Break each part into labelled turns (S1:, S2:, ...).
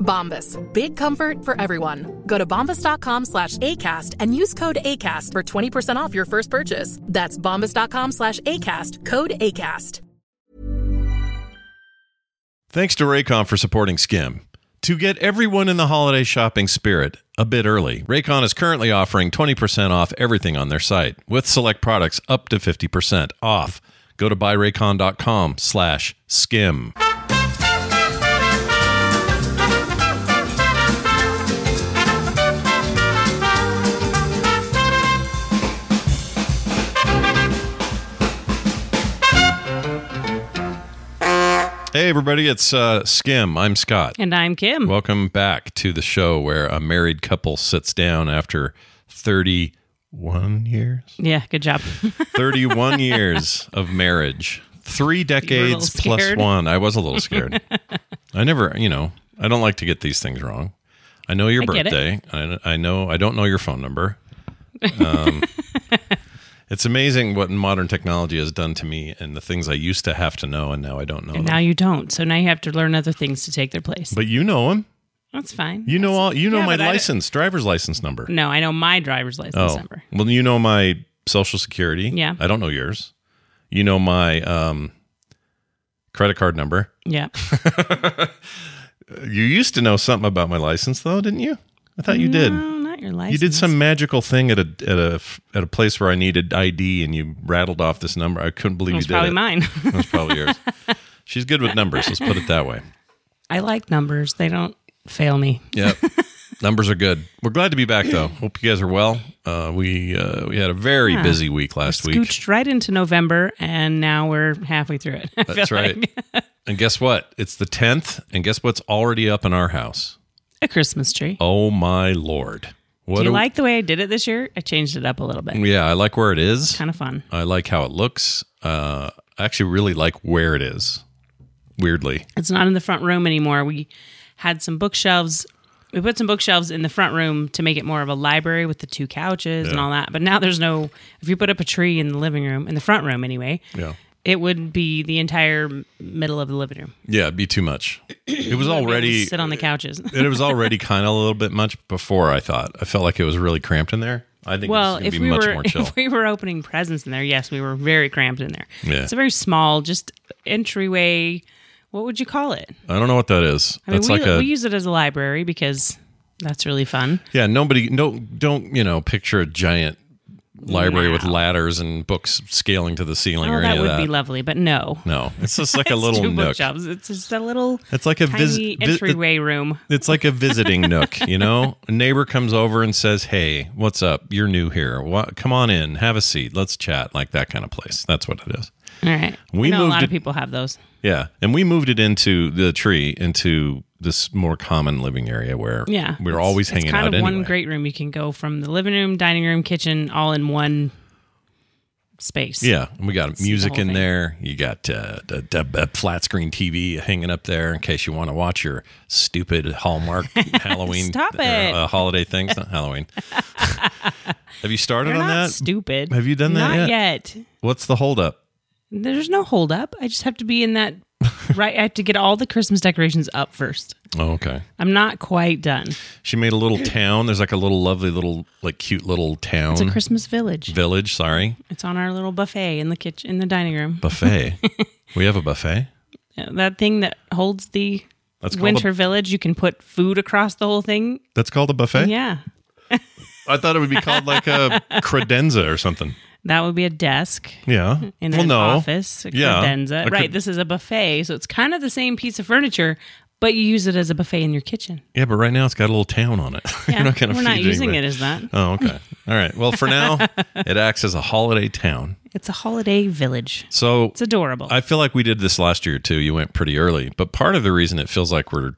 S1: Bombas. Big comfort for everyone. Go to bombas.com slash ACAST and use code ACAST for 20% off your first purchase. That's bombas.com slash ACAST. Code ACAST.
S2: Thanks to Raycon for supporting Skim. To get everyone in the holiday shopping spirit a bit early, Raycon is currently offering 20% off everything on their site, with select products up to 50% off. Go to buyraycon.com slash skim. Hey everybody, it's uh, Skim. I'm Scott.
S3: And I'm Kim.
S2: Welcome back to the show where a married couple sits down after 31 years.
S3: yeah, good job.
S2: 31 years of marriage. 3
S3: little
S2: decades plus
S3: scared.
S2: 1. I was a little scared. I never, you know, I don't like to get these things wrong. I know your
S3: I get it.
S2: birthday. I, I know I don't know your phone number. Um, it's amazing what modern technology has done to me and the things I used to have to know and now I don't know.
S3: and
S2: them.
S3: now you don't. So now you have to learn other things to take their place.
S2: but you know them.
S3: That's fine.
S2: You know
S3: That's-
S2: all. You know
S3: Yeah,
S2: my
S3: but I don't-
S2: license, driver's license number.
S3: No, I know my driver's license
S2: oh,
S3: number.
S2: well, you know my social security.
S3: Yeah.
S2: I don't know yours. You know my um, credit card number.
S3: Yeah.
S2: You used to know something about my license, though, didn't you? I thought you did.
S3: No, not your license.
S2: You did some magical thing at a at a at a place where I needed ID, and you rattled off this number. I couldn't believe
S3: It was
S2: you did
S3: probably
S2: it.
S3: mine.
S2: It was probably yours. She's good with numbers. Let's put it that way.
S3: I like numbers. They don't fail me.
S2: Yep. Numbers are good. We're glad to be back, though. Hope you guys are well. Uh, we uh, we had a very
S3: Yeah.
S2: busy week last week.
S3: Scooched right into November, and now we're halfway through it. I
S2: That's
S3: feel
S2: right.
S3: like.
S2: and guess what? It's the tenth, and guess what's already up in our house?
S3: A Christmas tree.
S2: Oh my lord! What
S3: Do you
S2: a- Mm.
S3: like the way I did it this year? I changed it up a little bit.
S2: Yeah, I like where it is.
S3: Kind of fun.
S2: I like how it looks. Uh, I actually really like where it is. Weirdly,
S3: It's not in the front room anymore. We had some bookshelves. We put some bookshelves in the front room to make it more of a library with the two couches and all that. But now there's no. If you put up a tree in the living room, in the front room anyway,
S2: yeah,
S3: it would be the entire m- middle of the living room.
S2: yeah, it'd be too much. It was already uh,
S3: sit on the couches.
S2: it was already kind of a little bit much before. I thought I felt like it was really cramped in there. I think
S3: well,
S2: it's gonna
S3: if
S2: be
S3: we
S2: much
S3: were
S2: more chill.
S3: if we were opening presents in there, yes, we were very cramped in there.
S2: Yeah.
S3: It's a very small, just entryway. What would you call it?
S2: I don't know what that is.
S3: I mean,
S2: That's
S3: we,
S2: like a
S3: we use it as a library because that's really fun.
S2: yeah. Nobody no don't you know picture a giant library with ladders and books scaling to the ceiling
S3: oh,
S2: or
S3: that
S2: any
S3: would
S2: of that.
S3: be lovely, but no.
S2: no, it's just like a
S3: It's
S2: little
S3: two
S2: nook.
S3: bookshelves. It's just a little
S2: It's like a vis-
S3: tiny
S2: vi-
S3: entryway room.
S2: It's like a visiting nook, you know. A neighbor comes over and says, "Hey, what's up? You're new here. Wha Come on in, have a seat, let's chat." Like that kind of place. That's what it is.
S3: All right.
S2: We
S3: I know a
S2: moved
S3: lot
S2: it-
S3: of people have those.
S2: Yeah, and we moved it into the tree into this more common living area where
S3: Yeah.
S2: we
S3: It's-
S2: were always hanging
S3: it's kind
S2: out.
S3: of
S2: anyway.
S3: one great room. You can go from the living room, dining room, kitchen, all in one space.
S2: Yeah, and we got
S3: the
S2: music
S3: whole
S2: in
S3: thing.
S2: there. You got uh, a, a, a flat screen TV hanging up there in case you want to watch your stupid Hallmark Halloween
S3: Stop
S2: or,
S3: it.
S2: uh, holiday things. Not Halloween. Have you started
S3: They're
S2: on
S3: not
S2: that?
S3: stupid.
S2: Have you done that
S3: Not
S2: yet?
S3: yet?
S2: What's the holdup?
S3: There's no holdup. I just have to be in that. right. I have to get all the Christmas decorations up first.
S2: Oh, okay.
S3: I'm not quite done.
S2: She made a little town. There's like a little lovely little like cute little town
S3: It's a Christmas village.
S2: village. Sorry,
S3: It's on our little buffet in the kitchen, in the dining room.
S2: buffet. we have a buffet.
S3: That thing that holds the
S2: That's called a-
S3: winter village. You can put food across the whole thing.
S2: Eh? That's called a buffet.
S3: Yeah.
S2: I thought it would be called like a credenza or something.
S3: That would be a desk
S2: Yeah.
S3: in
S2: well,
S3: an
S2: no.
S3: office, a
S2: Yeah.
S3: credenza.
S2: A cre-
S3: right, this is a buffet, so it's kind of the same piece of furniture, but you use it as a buffet in your kitchen.
S2: Yeah, but right now it's got a little town on it.
S3: Yeah,
S2: You're not going to
S3: we're
S2: feed
S3: not using
S2: anybody.
S3: it as that.
S2: Oh, okay. All right. Well, for now, it acts as a holiday town.
S3: It's a holiday village.
S2: So
S3: It's adorable.
S2: I feel like we did this last year too. You went pretty early, but part of the reason it feels like we're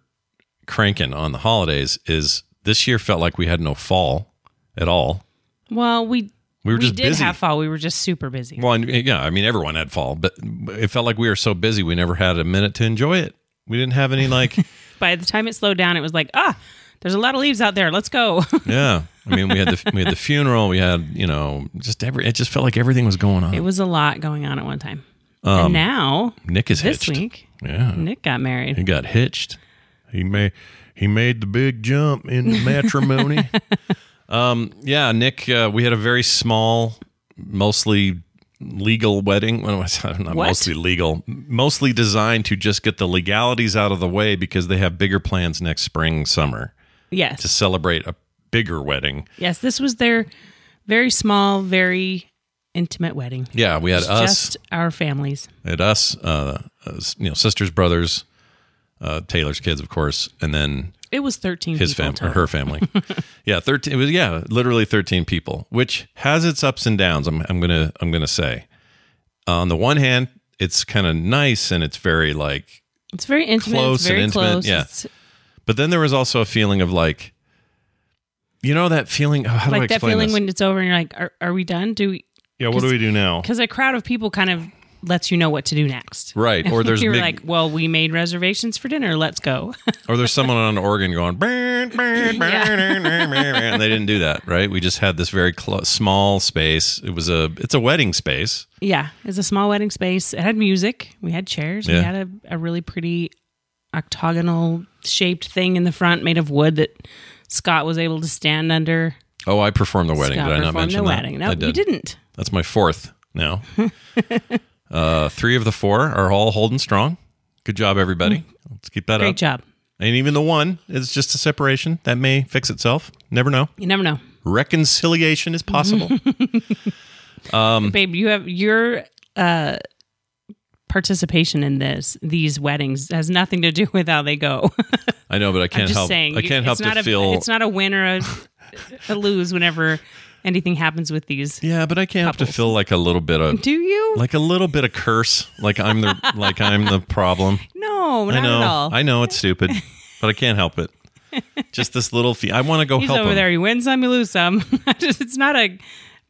S2: cranking on the holidays is this year felt like we had no fall at all.
S3: well, we
S2: We were just
S3: did
S2: busy.
S3: have fall. We were just super busy.
S2: Well, and, yeah, I mean everyone had fall, but it felt like we were so busy we never had a minute to enjoy it. We didn't have any like,
S3: By the time it slowed down, it was like ah, there's a lot of leaves out there. Let's go.
S2: yeah. I mean, we had the we had the funeral, we had you know just every. It just felt like everything was going on.
S3: it was a lot going on at one time. and now
S2: Um, Nick is
S3: this
S2: hitched.
S3: week,
S2: Yeah,
S3: Nick got married.
S2: he got hitched. He made he made the big jump into matrimony. um, yeah, Nick, uh, we had a very small, mostly legal wedding. Well, it's not not
S3: What?
S2: mostly legal, mostly designed to just get the legalities out of the way because they have bigger plans next spring summer
S3: Yes,
S2: to celebrate a bigger wedding.
S3: yes. This was their very small, very intimate wedding.
S2: Yeah, we had us
S3: Just our families.
S2: at us, uh, uh, you know, sisters, brothers, uh, Taylor's kids, of course, and then
S3: It was thirteen.
S2: his
S3: people
S2: family or
S3: total.
S2: her family. yeah, thirteen. It was yeah, literally thirteen people, which has its ups and downs. I'm I'm gonna I'm gonna say. On the one hand, it's kind of nice and it's very like,
S3: It's very intimate.
S2: Close
S3: it's very
S2: and intimate,
S3: close.
S2: yeah.
S3: It's
S2: but then there was also a feeling of like, you know, that feeling. oh, How do I
S3: like that
S2: explain
S3: feeling
S2: this?
S3: when it's over and you're like, are, are we done? Do we?
S2: yeah, what do we do now?
S3: Because a crowd of people kind of lets you know what to do next.
S2: Right, or there's
S3: you're
S2: big-
S3: like, well, we made reservations for dinner. Let's go.
S2: or there's someone on an organ going, "Burn, burn, burn, burn, burn," and they didn't do that, right? We just had this very clo- small space. It was a it's a wedding space.
S3: yeah, it's a small wedding space. It had music. We had chairs.
S2: Yeah.
S3: We had a, a really pretty octagonal shaped thing in the front made of wood that Scott was able to stand under.
S2: Oh, I performed the wedding.
S3: Scott
S2: did I not
S3: performed
S2: mention
S3: the
S2: that?
S3: wedding. No,
S2: I
S3: you didn't.
S2: That's my fourth now. uh, three of the four are all holding strong. Good job, everybody. Let's keep that
S3: Mm. Great
S2: up.
S3: job.
S2: And even the one is just a separation that may fix itself. Never know.
S3: You never know,
S2: Reconciliation is possible.
S3: babe. You have your. Uh, participation in this these weddings has nothing to do with how they go
S2: I know, but I
S3: I'm
S2: can't
S3: just
S2: help.
S3: saying.
S2: I can't help
S3: it's
S2: to
S3: not a,
S2: feel.
S3: It's not a win or a, a lose whenever anything happens with these.
S2: yeah, but I can't help to
S3: Couples.
S2: feel like a little bit of,
S3: Do you?
S2: like a little bit of curse. Like I'm the, like I'm the problem.
S3: no, not
S2: I know.
S3: at all.
S2: I know it's stupid, but I can't help it. Just this little fee. I want to go
S3: He's
S2: help
S3: over
S2: him.
S3: there. You win some, you lose some. Just- it's not a.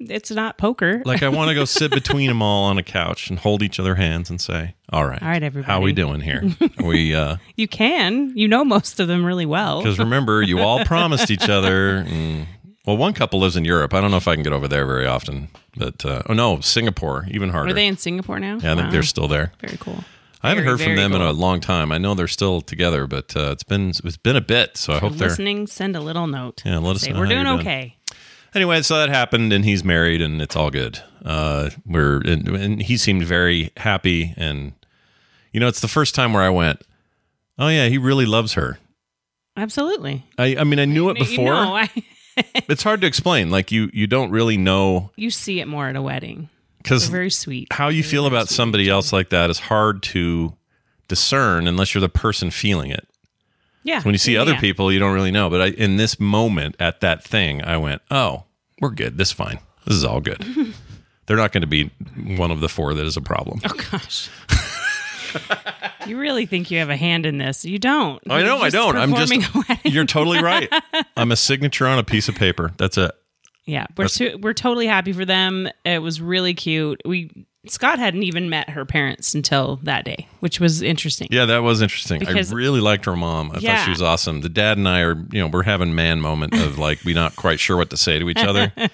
S3: It's not poker.
S2: Like I want to go sit between them all on a couch and hold each other hands and say, "All right,
S3: All right, everybody.
S2: how we doing here? Are we uh, because
S3: you can. You know most of them really well.
S2: remember, you all promised each other. mm, well, one couple lives in Europe. I don't know if I can get over there very often, but uh, oh no, Singapore, even harder.
S3: Are they in Singapore now?
S2: yeah, I think
S3: Wow.
S2: they're still there.
S3: very cool.
S2: I haven't
S3: Very,
S2: heard from
S3: very
S2: them in
S3: cool.
S2: a long time. I know they're still together, but uh, it's been it's been a bit. So I hope they're
S3: Listening, send a little note.
S2: Yeah, let us
S3: Say,
S2: know
S3: We're
S2: how you're
S3: doing
S2: doing."
S3: okay.
S2: anyway, so that happened, and he's married, and it's all good. Uh, we're and, and he seemed very happy, and you know, it's the first time where I went, oh yeah, he really loves her.
S3: Absolutely.
S2: I, I mean, I knew it
S3: You
S2: before.
S3: know, I-
S2: it's hard to explain. Like you, you don't really know
S3: you see it more at a wedding.
S2: because
S3: They're very sweet.
S2: how you feel about somebody else like that is hard to discern unless you're the person feeling it.
S3: Yeah.
S2: When you see other
S3: yeah.
S2: people, you don't really know. But I, in this moment at that thing, I went, "Oh, we're good. This is fine. This is all good." They're not going to be one of the four that is a problem.
S3: Oh gosh. you really think you have a hand in this? You don't.
S2: I know
S3: You're
S2: I
S3: just
S2: don't. I'm just.
S3: performing a wedding.
S2: You're totally right. I'm a signature on a piece of paper. That's it.
S3: yeah, we're su- we're totally happy for them. It was really cute. We Scott hadn't even met her parents until that day, which was interesting.
S2: Yeah, that was interesting.
S3: Because-
S2: I really liked her mom. I thought
S3: Yeah.
S2: she was awesome. The dad and I are, you know, we're having man moment of like we not quite sure what to say to each other.
S3: the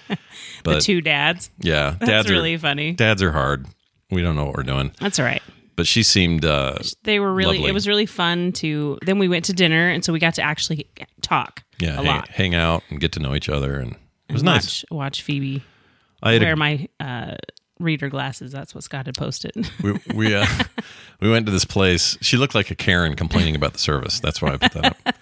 S2: But
S3: two dads.
S2: yeah, dads
S3: That's really
S2: are
S3: funny.
S2: dads are hard. We don't know what we're doing.
S3: That's all right.
S2: But she seemed uh
S3: They were really.
S2: Lovely.
S3: It was really fun to. Then we went to dinner, and so we got to actually talk.
S2: yeah,
S3: a
S2: hang,
S3: lot.
S2: hang out and get to know each other and it was
S3: And
S2: nice.
S3: Watch, watch Phoebe
S2: I had a-
S3: wear my uh, reader glasses. That's what Scott had posted.
S2: we we, uh, we went to this place. She looked like a Karen complaining about the service. That's why I put that up.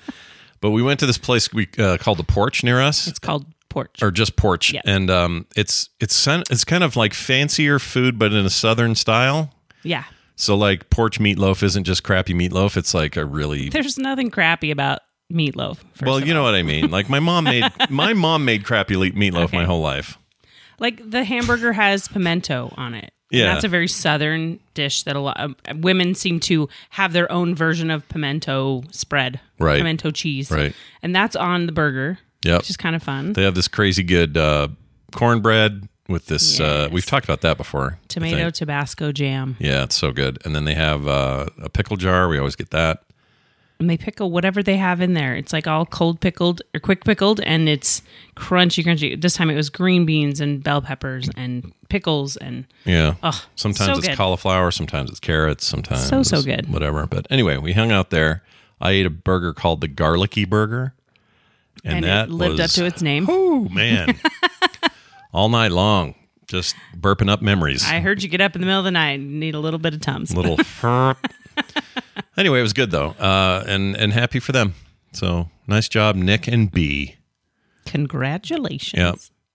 S2: But we went to this place we uh, called the Porch near us.
S3: it's called porch.
S2: or just porch,
S3: Yeah.
S2: and um, it's it's sen- it's kind of like fancier food, but in a southern style.
S3: yeah.
S2: So like porch meatloaf isn't just crappy meatloaf; it's like a really
S3: There's nothing crappy about meatloaf. First
S2: well,
S3: of
S2: you know what I mean. Like my mom made my mom made crappy le- meatloaf my whole life.
S3: Like the hamburger has pimento on it. And
S2: Yeah.
S3: that's a very southern dish that a lot um, women seem to have their own version of pimento spread,
S2: Right.
S3: Pimento cheese,
S2: Right.
S3: And that's on the burger,
S2: Yep.
S3: which is kind of fun.
S2: They have this crazy good uh, cornbread with this. Uh, we've talked about that before. I
S3: Tomato
S2: think.
S3: Tabasco jam,
S2: Yeah, it's so good. And then they have uh, a pickle jar. We always get that.
S3: and they pickle whatever they have in there. It's like all cold pickled or quick pickled, and it's crunchy, crunchy. This time it was green beans and bell peppers and pickles and
S2: Yeah.
S3: Oh,
S2: sometimes
S3: so
S2: it's
S3: good.
S2: cauliflower, sometimes it's carrots, sometimes
S3: So, so good.
S2: Whatever. But anyway, we hung out there. I ate a burger called the garlicky burger. And,
S3: and,
S2: that
S3: it lived up
S2: was-
S3: to its name.
S2: Oh man. All night long. Just burping up memories.
S3: I heard you get up in the middle of the night and need a little bit of tums.
S2: Little Anyway, it was good though. Uh and and happy for them. So nice job, Nick and B.
S3: Congratulations.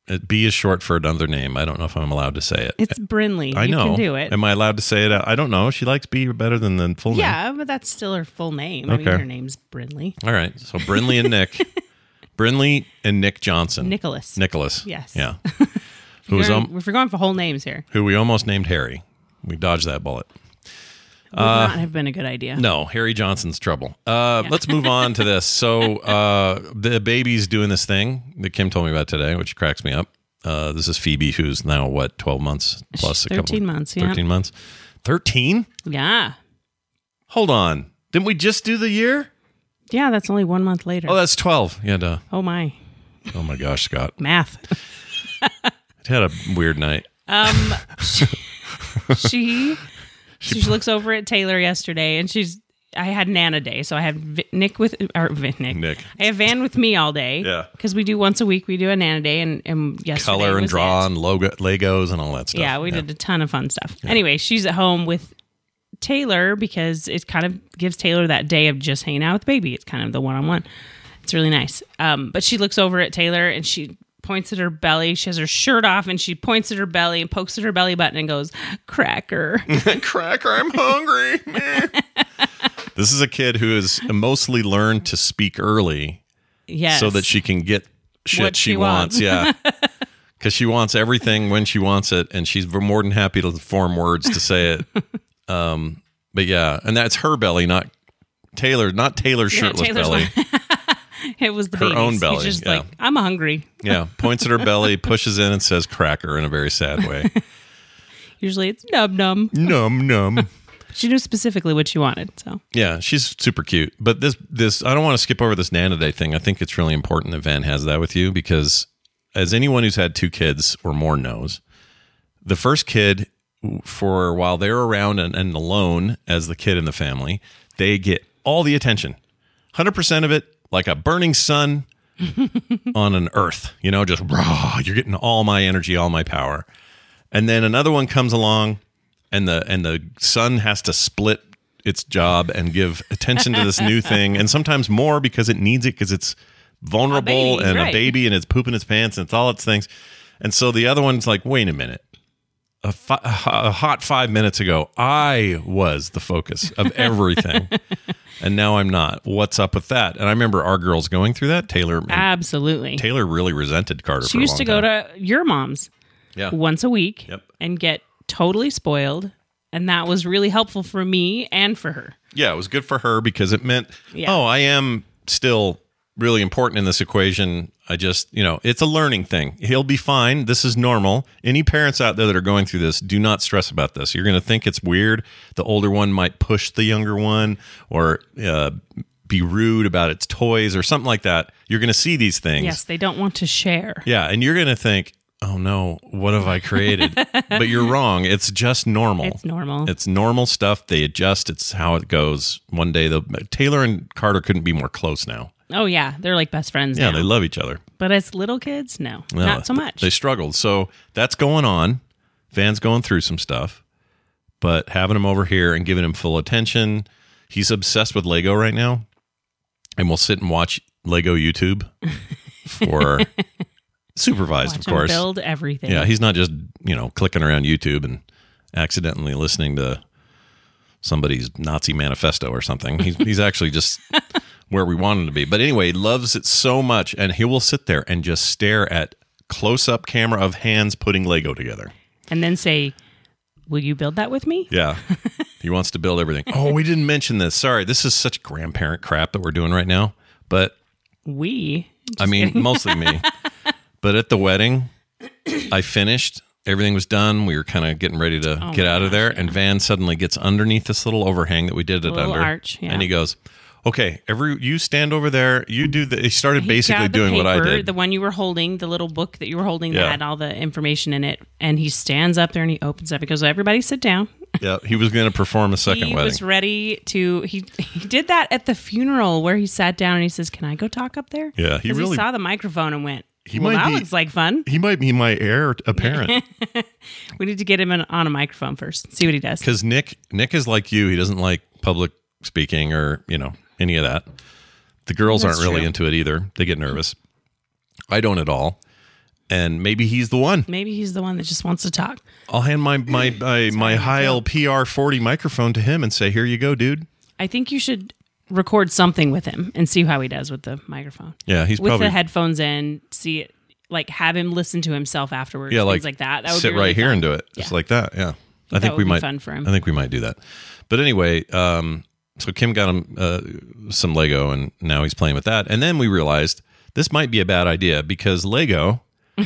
S2: Yeah. Uh, B is short for another name. I don't know if I'm allowed to say it.
S3: It's Brinley.
S2: I
S3: you
S2: know.
S3: can do it.
S2: Am I allowed to say it? I don't know. She likes B better than the full name.
S3: yeah, but that's still her full name. I
S2: Okay.
S3: mean, her name's Brinley.
S2: All right. So Brinley and Nick. Brinley and Nick Johnson.
S3: Nicholas.
S2: Nicholas.
S3: Yes.
S2: Yeah.
S3: If
S2: Who was
S3: you're-
S2: um,
S3: if we're going for whole names here,
S2: who we almost named Harry. We dodged that bullet.
S3: would not have been a good idea.
S2: Uh, No, Harry Johnson's trouble. Uh, Let's move on to this. So uh, the baby's doing this thing that Kim told me about today, which cracks me up. Uh, this is Phoebe, who's now what twelve months plus a couple
S3: 13 months, yeah.
S2: thirteen months, thirteen.
S3: Yeah.
S2: Hold on, didn't we just do the year?
S3: Yeah, that's only one month later.
S2: Oh, that's twelve. Yeah, duh.
S3: oh my.
S2: Oh my gosh, Scott,
S3: Math.
S2: it had a weird night.
S3: Um, she, she she looks over at Taylor yesterday, and she's. I had Nana Day, so I had Vi- Nick with or Vi- Nick.
S2: Nick.
S3: I have Van with me all day.
S2: Yeah.
S3: because we do once a week. We do a Nana Day, and and yesterday
S2: Color and
S3: was
S2: draw
S3: it.
S2: and logo, Legos and all that stuff.
S3: Yeah, we did a ton of fun stuff. Anyway, she's at home with Taylor because it kind of gives Taylor that day of just hanging out with the baby. It's kind of the one on one. It's really nice. Um, but she looks over at Taylor and she points at her belly. She has her shirt off and she points at her belly and pokes at her belly button and goes, Cracker.
S2: cracker. I'm hungry. this is a kid who has mostly learned to speak early
S3: yes.
S2: so that she can get shit
S3: What
S2: she,
S3: she
S2: wants.
S3: wants.
S2: Yeah. Because she wants everything when she wants it, and she's more than happy to form words to say it. um, but yeah, and that's her belly, not Taylor, not Taylor's shirtless
S3: Taylor's
S2: belly.
S3: it was the
S2: her
S3: baby's.
S2: own
S3: He's
S2: belly,
S3: just
S2: yeah.
S3: like, I'm hungry.
S2: yeah, points at her belly, pushes in, and says "cracker" in a very sad way.
S3: Usually it's nub num.
S2: num num.
S3: She knew specifically what she wanted. So
S2: Yeah, she's super cute. But this this I don't want to skip over this Nana Day thing. I think it's really important that Van has that with you because as anyone who's had two kids or more knows, the first kid for while they're around and, and alone as the kid in the family, they get all the attention. 100% of it like a burning sun on an earth, you know, just raw, you're getting all my energy, all my power. And then another one comes along and the and the sun has to split its job and give attention to this new thing and sometimes more because it needs it because it's vulnerable
S3: baby,
S2: and a
S3: right.
S2: baby and it's pooping its pants and it's all its things. And so the other one's like, "Wait a minute. A, fi- a ho- a hot 5 minutes ago, I was the focus of everything." and now I'm not. What's up with that? And I remember our girls going through that. Taylor
S3: absolutely.
S2: Taylor really resented Carter.
S3: Ah. She used to go to your mom's
S2: Yeah.
S3: once a week
S2: Yep.
S3: and get totally spoiled. And that was really helpful for me and for her.
S2: Yeah, it was good for her because it meant,
S3: Yeah.
S2: oh, I am still really important in this equation. I just, you know, it's a learning thing. He'll be fine. This is normal. Any parents out there that are going through this, do not stress about this. You're going to think it's weird. The older one might push the younger one or uh, be rude about its toys or something like that. You're going to see these things.
S3: Yes, they don't want to share.
S2: Yeah, and you're going to think, "Oh no, what have I created?" but you're wrong. It's just normal.
S3: It's normal.
S2: It's normal stuff. They adjust. It's how it goes. One day, the Taylor and Carter couldn't be more close now.
S3: oh, yeah. They're like best friends
S2: Yeah,
S3: now.
S2: they love each other.
S3: but as little kids, no,
S2: No,
S3: not so much.
S2: They struggled. So that's going on. Van's going through some stuff, but having him over here and giving him full attention. He's obsessed with Lego right now, and we'll sit and watch Lego YouTube for supervised,
S3: Watch
S2: of
S3: him
S2: course.
S3: build everything.
S2: Yeah, he's not just you know clicking around YouTube and accidentally listening to somebody's Nazi manifesto or something. He's he's actually just where we want him to be. But anyway, he loves it so much, and he will sit there and just stare at close-up camera of hands putting Lego together.
S3: and then say, "Will you build that with me?"
S2: Yeah. he wants to build everything. Oh, we didn't mention this. Sorry. This is such grandparent crap that we're doing right now. But
S3: We.
S2: I mean, mostly me. But at the wedding, I finished. Everything was done. We were kind of getting ready to
S3: Oh
S2: get out of there. And Van suddenly gets underneath this little overhang that we did it
S3: Little
S2: under.
S3: arch, yeah.
S2: And he goes, Okay, every you stand over there. You do the. He started
S3: He
S2: basically
S3: got the
S2: doing what I
S3: paper,
S2: did.
S3: The one you were holding, the little book that you were holding
S2: Yeah.
S3: that had all the information in it, and he stands up there and he opens up. He goes, "Everybody, sit down."
S2: yeah, he was going to perform a second
S3: he
S2: wedding.
S3: was ready to. He he did that at the funeral where he sat down and he says, "Can I go talk up there?"
S2: Yeah, he
S3: 'Cause
S2: really-
S3: saw the microphone and went.
S2: He
S3: well,
S2: might
S3: that
S2: be-
S3: looks like fun.
S2: he might be my heir apparent.
S3: We need to get him in, on a microphone first. See what he does.
S2: because Nick Nick is like you. He doesn't like public speaking or you know any of that. The girls
S3: That's
S2: aren't really
S3: true.
S2: into it either. They get nervous. I don't at all. And maybe he's the one.
S3: Maybe he's the one that just wants to talk.
S2: I'll hand my my my, my Heil PR40 microphone to him and say, "Here you go, dude."
S3: I think you should record something with him and see how he does with the microphone.
S2: Yeah, he's
S3: with
S2: probably
S3: the headphones in, see it, like have him listen to himself afterwards.
S2: yeah, like,
S3: things like that. That would
S2: sit
S3: be really
S2: right here
S3: fun.
S2: and do it, just like that. Yeah, I
S3: That
S2: think
S3: would
S2: we
S3: be
S2: might.
S3: fun for him.
S2: I think we might do that. But anyway, um, so Kim got him uh, some Lego, and now he's playing with that. And then we realized this might be a bad idea because Lego,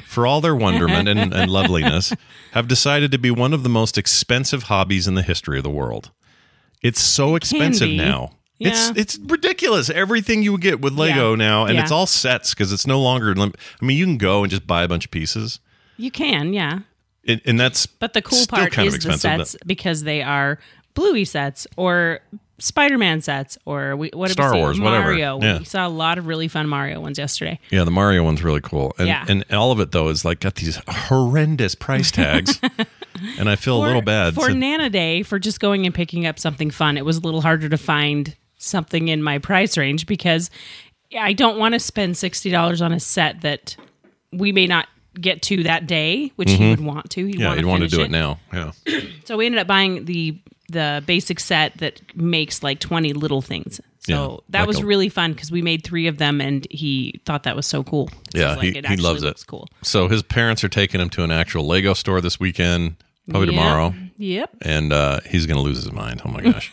S2: for all their wonderment and, and loveliness, have decided to be one of the most expensive hobbies in the history of the world. It's so expensive
S3: be.
S2: now.
S3: Yeah.
S2: It's it's ridiculous. Everything you get with Lego
S3: Yeah.
S2: now, and
S3: Yeah.
S2: it's all sets because it's no longer. lim- I mean, you can go and just buy a bunch of pieces,
S3: You can, yeah.
S2: and, and that's
S3: But the cool
S2: Still
S3: part
S2: kind of
S3: is the
S2: expensive,
S3: sets because they are Bluey sets or Spider-Man sets or we, what did we
S2: Star
S3: see?
S2: Wars, whatever.
S3: Mario.
S2: Yeah.
S3: We saw a lot of really fun Mario ones yesterday.
S2: Yeah, the Mario one's really cool. And
S3: Yeah.
S2: and all of it though is like got these horrendous price tags. and I feel a
S3: For-
S2: little bad.
S3: for
S2: So-
S3: Nana Day for just going and picking up something fun. It was a little harder to find something in my price range because I don't want to spend sixty dollars on a set that we may not get to that day, which he would want to. He'd
S2: Mm-hmm. yeah,
S3: want
S2: you'd
S3: to
S2: want to do
S3: finish
S2: it. now. Yeah.
S3: So we ended up buying the the basic set that makes like twenty little things. So
S2: Yeah,
S3: that
S2: like
S3: was
S2: a-
S3: really fun because we made three of them, and he thought that was so cool. So
S2: Yeah,
S3: he's like,
S2: he-
S3: "It
S2: he
S3: actually
S2: loves it."
S3: looks Cool.
S2: So his parents are taking him to an actual Lego store this weekend, probably
S3: Yep.
S2: tomorrow.
S3: Yep.
S2: And uh, he's gonna lose his mind. Oh my gosh.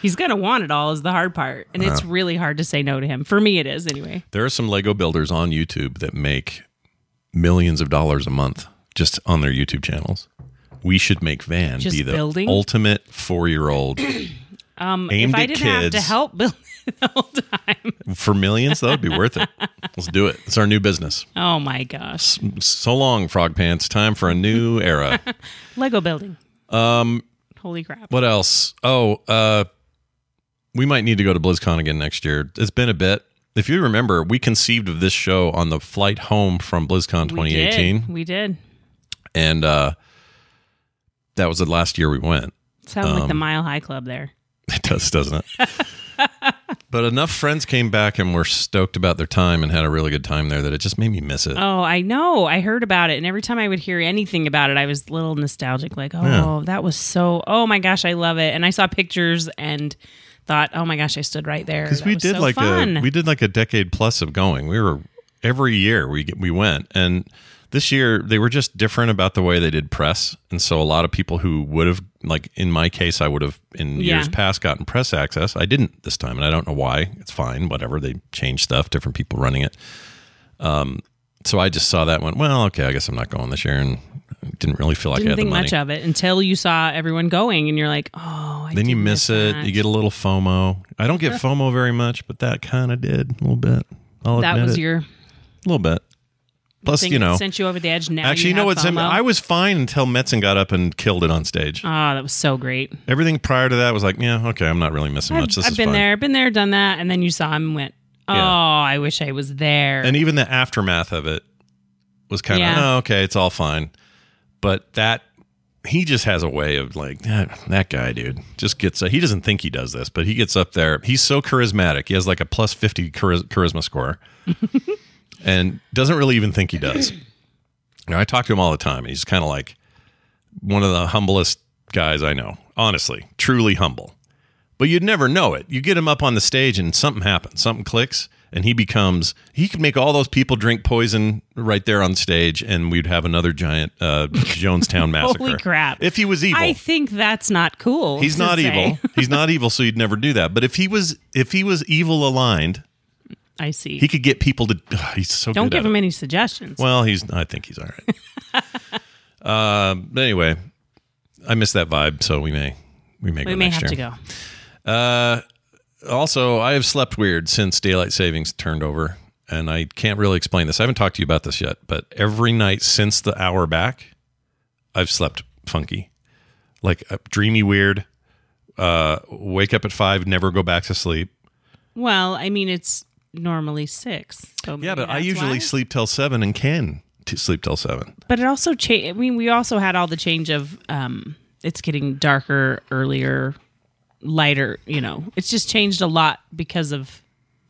S3: He's gonna want it all is the hard part, and it's
S2: Uh-huh.
S3: really hard to say no to him. For me, it is anyway.
S2: there are some Lego builders on YouTube that make millions of dollars a month just on their YouTube channels. We should make Van
S3: Just
S2: be the
S3: building?
S2: ultimate four year old um, aimed
S3: if I
S2: at
S3: didn't
S2: kids.
S3: have to help build it the whole time,
S2: for millions, that would be worth it. Let's do it. It's our new business.
S3: oh my gosh,
S2: So long, Frog Pants. Time for a new era.
S3: Lego building. Um, holy crap!
S2: what else? Oh, uh, we might need to go to BlizzCon again next year. It's been a bit. If you remember, we conceived of this show on the flight home from BlizzCon
S3: We did.
S2: 2018,
S3: we did.
S2: and uh, that was the last year we went.
S3: Sound like the
S2: Um,
S3: Mile High Club there.
S2: It does, doesn't it? but enough friends came back and were stoked about their time and had a really good time there that it just made me miss it.
S3: Oh, I know. I heard about it, and every time I would hear anything about it, I was a little nostalgic. Like, oh,
S2: Yeah.
S3: that was so. Oh my gosh, I love it. And I saw pictures and thought, oh my gosh, I stood right there.
S2: because
S3: That
S2: we
S3: was
S2: did
S3: so
S2: like
S3: fun.
S2: a we did like a decade plus of going. We were every year we we went, and this year they were just different about the way they did press, and so a lot of people who would have like in my case I would have in
S3: Yeah.
S2: years past gotten press access. I didn't this time, and I don't know why. It's fine, whatever. They changed stuff, different people running it. Um, so I just saw that and went well. Okay, I guess I'm not going this year, and didn't really feel like I
S3: Didn't
S2: had
S3: think
S2: the money.
S3: much of it until you saw everyone going, and you're like, oh, I
S2: then you
S3: did
S2: miss it.
S3: that.
S2: You get a little FOMO. I don't get FOMO very much, but that kind of did a little bit. I'll
S3: that
S2: admit
S3: was
S2: it.
S3: your
S2: A little bit. Plus,
S3: thing
S2: you know,
S3: that sent you over the edge. Now
S2: actually, you,
S3: you,
S2: know
S3: have
S2: what's?
S3: FOMO.
S2: I was fine until Metzen got up and killed it on stage.
S3: Oh, that was so great.
S2: Everything prior to that was like, yeah, okay, I'm not really missing
S3: I've,
S2: much. This
S3: I've
S2: is
S3: been
S2: fine.
S3: there, been there, done that, and then you saw him and went, "Oh,
S2: Yeah.
S3: I wish I was there."
S2: And even the aftermath of it was kind of,
S3: Yeah.
S2: oh, okay, it's all fine. But that he just has a way of like that, that guy, dude, just gets. he doesn't think he does this, but he gets up there. He's so charismatic. He has like a plus fifty chari- charisma score. and doesn't really even think he does. You know, I talk to him all the time, and he's kind of like one of the humblest guys I know. Honestly, truly humble. But you'd never know it. You get him up on the stage, and something happens, something clicks, and he becomes. He could make all those people drink poison right there on stage, and we'd have another giant uh, Jonestown massacre.
S3: Holy crap.
S2: If he was evil,
S3: I think that's not cool.
S2: He's
S3: to
S2: not
S3: say.
S2: evil. He's not evil, so you'd never do that. But if he was, if he was evil aligned,
S3: I see.
S2: he could get people to. ugh, he's so
S3: Don't
S2: good
S3: give
S2: at
S3: him
S2: it.
S3: any suggestions.
S2: Well, he's. I think he's all right. um. but Anyway, I miss that vibe, so we may, we may,
S3: we
S2: go
S3: may
S2: next
S3: have
S2: year.
S3: to go.
S2: Uh, also, I have slept weird since daylight savings turned over, and I can't really explain this. I haven't talked to you about this yet, but every night since the hour back, I've slept funky, like uh, dreamy weird. Uh, wake up at five, never go back to sleep.
S3: Well, I mean, it's normally six.
S2: Yeah,
S3: So maybe
S2: but I
S3: that's
S2: usually
S3: why.
S2: sleep till seven and can t- sleep till seven.
S3: But it also changed. I mean, we also had all the change of um, it's getting darker earlier, lighter. You know, it's just changed a lot because of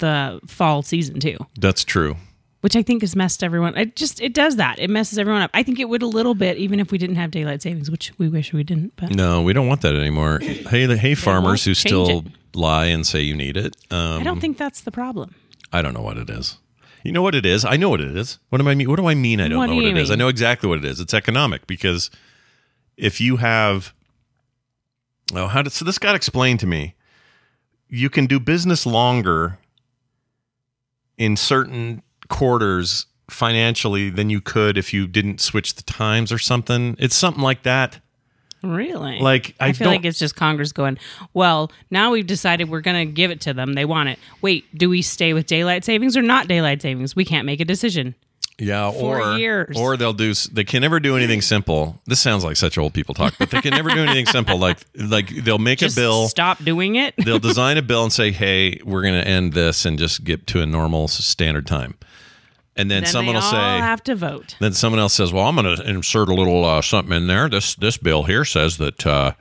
S3: the fall season too,
S2: That's true.
S3: which I think has messed everyone. It just it does that. It messes everyone up. I think it would a little bit, even if we didn't have daylight savings, which we wish we didn't. But
S2: No, we don't want that anymore. Hey, the- hey, farmers who
S3: won't change
S2: still lie and say you need it. Um,
S3: I don't think that's the problem.
S2: I don't know what it is. You know what it is? I know what it is. What am I mean? What do I mean? I don't
S3: What
S2: know
S3: do
S2: what
S3: you
S2: it is. I
S3: mean?
S2: know exactly what it is. It's economic because if you have, oh, how did so this got explained to me? You can do business longer in certain quarters financially than you could if you didn't switch the times or something. It's something like that.
S3: Really?
S2: Like, I
S3: feel like
S2: don't-
S3: it's just Congress going, well, now we've decided we're going to give it to them. They want it. Wait, do we stay with daylight savings or not daylight savings? We can't make a decision.
S2: Yeah,
S3: Four
S2: or
S3: years.
S2: or they'll do. They can never do anything simple. This sounds like such old people talk, but they can never do anything simple. Like like they'll make
S3: Just
S2: a bill.
S3: stop doing it.
S2: they'll design a bill and say, "Hey, we're going to end this and just get to a normal s- standard time." And then,
S3: Then
S2: someone
S3: they
S2: will say,
S3: all have to vote.
S2: then someone else says, "Well, I'm going to insert a little uh, something in there. This this bill here says that uh,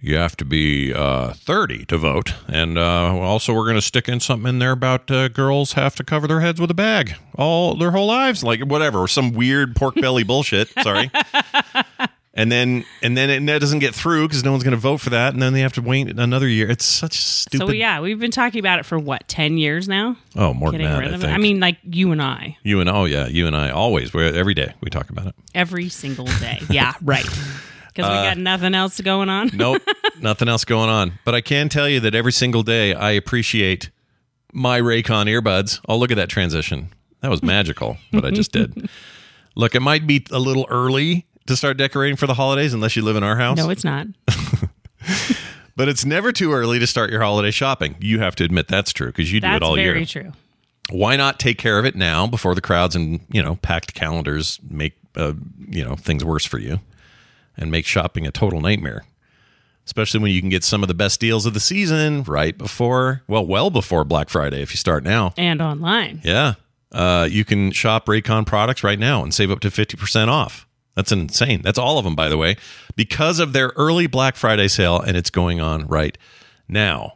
S2: you have to be uh, 30 to vote, and uh, also we're going to stick in something in there about uh, girls have to cover their heads with a bag all their whole lives, like whatever, some weird pork belly bullshit." Sorry. And then and then it, that doesn't get through because no one's going to vote for that, and then they have to wait another year. It's such stupid.
S3: So yeah, we've been talking about it for what ten years now.
S2: Oh, more than
S3: Getting
S2: that,
S3: rid
S2: I
S3: of
S2: think.
S3: it. I mean, like you and I,
S2: you and oh yeah, you and I always. We're every day we talk about it.
S3: every single day. yeah, right. Because
S2: Uh,
S3: we got nothing else going on.
S2: Nope, nothing else going on. But I can tell you that every single day I appreciate my Raycon earbuds. Oh, look at that transition. That was magical, what I just did. Look, it might be a little early to start decorating for the holidays unless you live in our house.
S3: No, it's not.
S2: but it's never too early to start your holiday shopping. You have to admit that's true because you do
S3: That's
S2: it all
S3: very
S2: year.
S3: true.
S2: Why not take care of it now before the crowds and, you know, packed calendars make, uh, you know, things worse for you and make shopping a total nightmare? especially when you can get some of the best deals of the season right before, well, well before Black Friday if you start now.
S3: And online.
S2: Yeah. Uh, you can shop Raycon products right now and save up to 50% off. That's insane. That's all of them, by the way, because of their early Black Friday sale, and it's going on right now.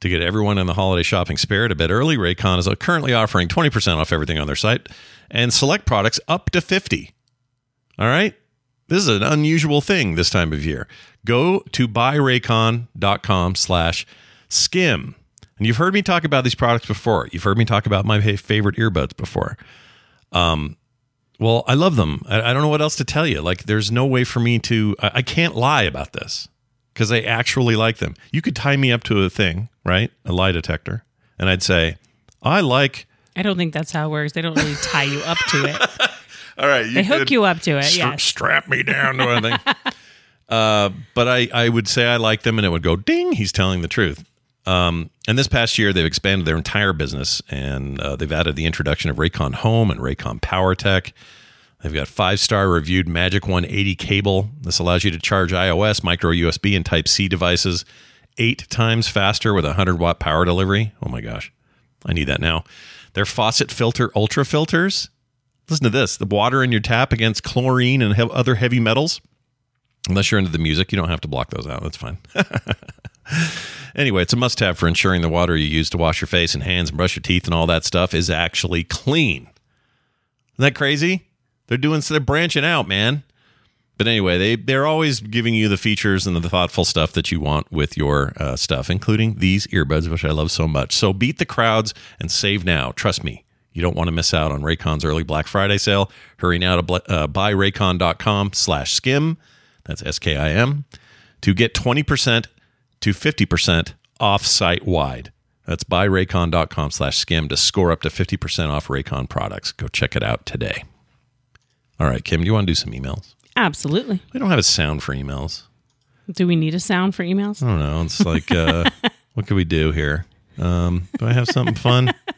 S2: To get everyone in the holiday shopping spirit a bit early, Raycon is currently offering 20% off everything on their site and select products up to 50. All right? This is an unusual thing this time of year. Go to buyraycon.com slash skim. And you've heard me talk about these products before. You've heard me talk about my fa- favorite earbuds before. Um, well, I love them. I, I don't know what else to tell you. Like, there's no way for me to, I, I can't lie about this because I actually like them. You could tie me up to a thing, right? A lie detector. And I'd say, I like.
S3: I don't think that's how it works. They don't really tie you up to it.
S2: All right.
S3: They hook you up to it.
S2: Stra-
S3: Yes.
S2: strap me down to anything. uh, but I, I would say I like them, and it would go ding. He's telling the truth. Um, and this past year, they've expanded their entire business, and uh, they've added the introduction of Raycon Home and Raycon Power Tech. They've got five star reviewed Magic 180 cable. This allows you to charge iOS, micro USB, and Type C devices eight times faster with a 100 watt power delivery. Oh my gosh, I need that now. Their faucet filter ultra filters. Listen to this the water in your tap against chlorine and he- other heavy metals. Unless you're into the music, you don't have to block those out. That's fine. anyway, it's a must have for ensuring the water you use to wash your face and hands and brush your teeth and all that stuff is actually clean. that crazy? They're doing they're branching out, man. But anyway, they they're always giving you the features and the thoughtful stuff that you want with your uh, stuff, including these earbuds, which I love so much. So beat the crowds and save now. Trust me, you don't want to miss out on Raycon's early Black Friday sale. Hurry now to bl- uh, buyraycon.com/skim. That's S K I M to get 20% to 50% off site wide. That's buyraycon.com slash skim to score up to 50% off Raycon products. Go check it out today. All right, Kim, do you want to do some emails?
S3: Absolutely.
S2: We don't have a sound for emails.
S3: Do we need a sound for emails?
S2: I don't know. It's like, uh, what could we do here? Um, do I have something fun? How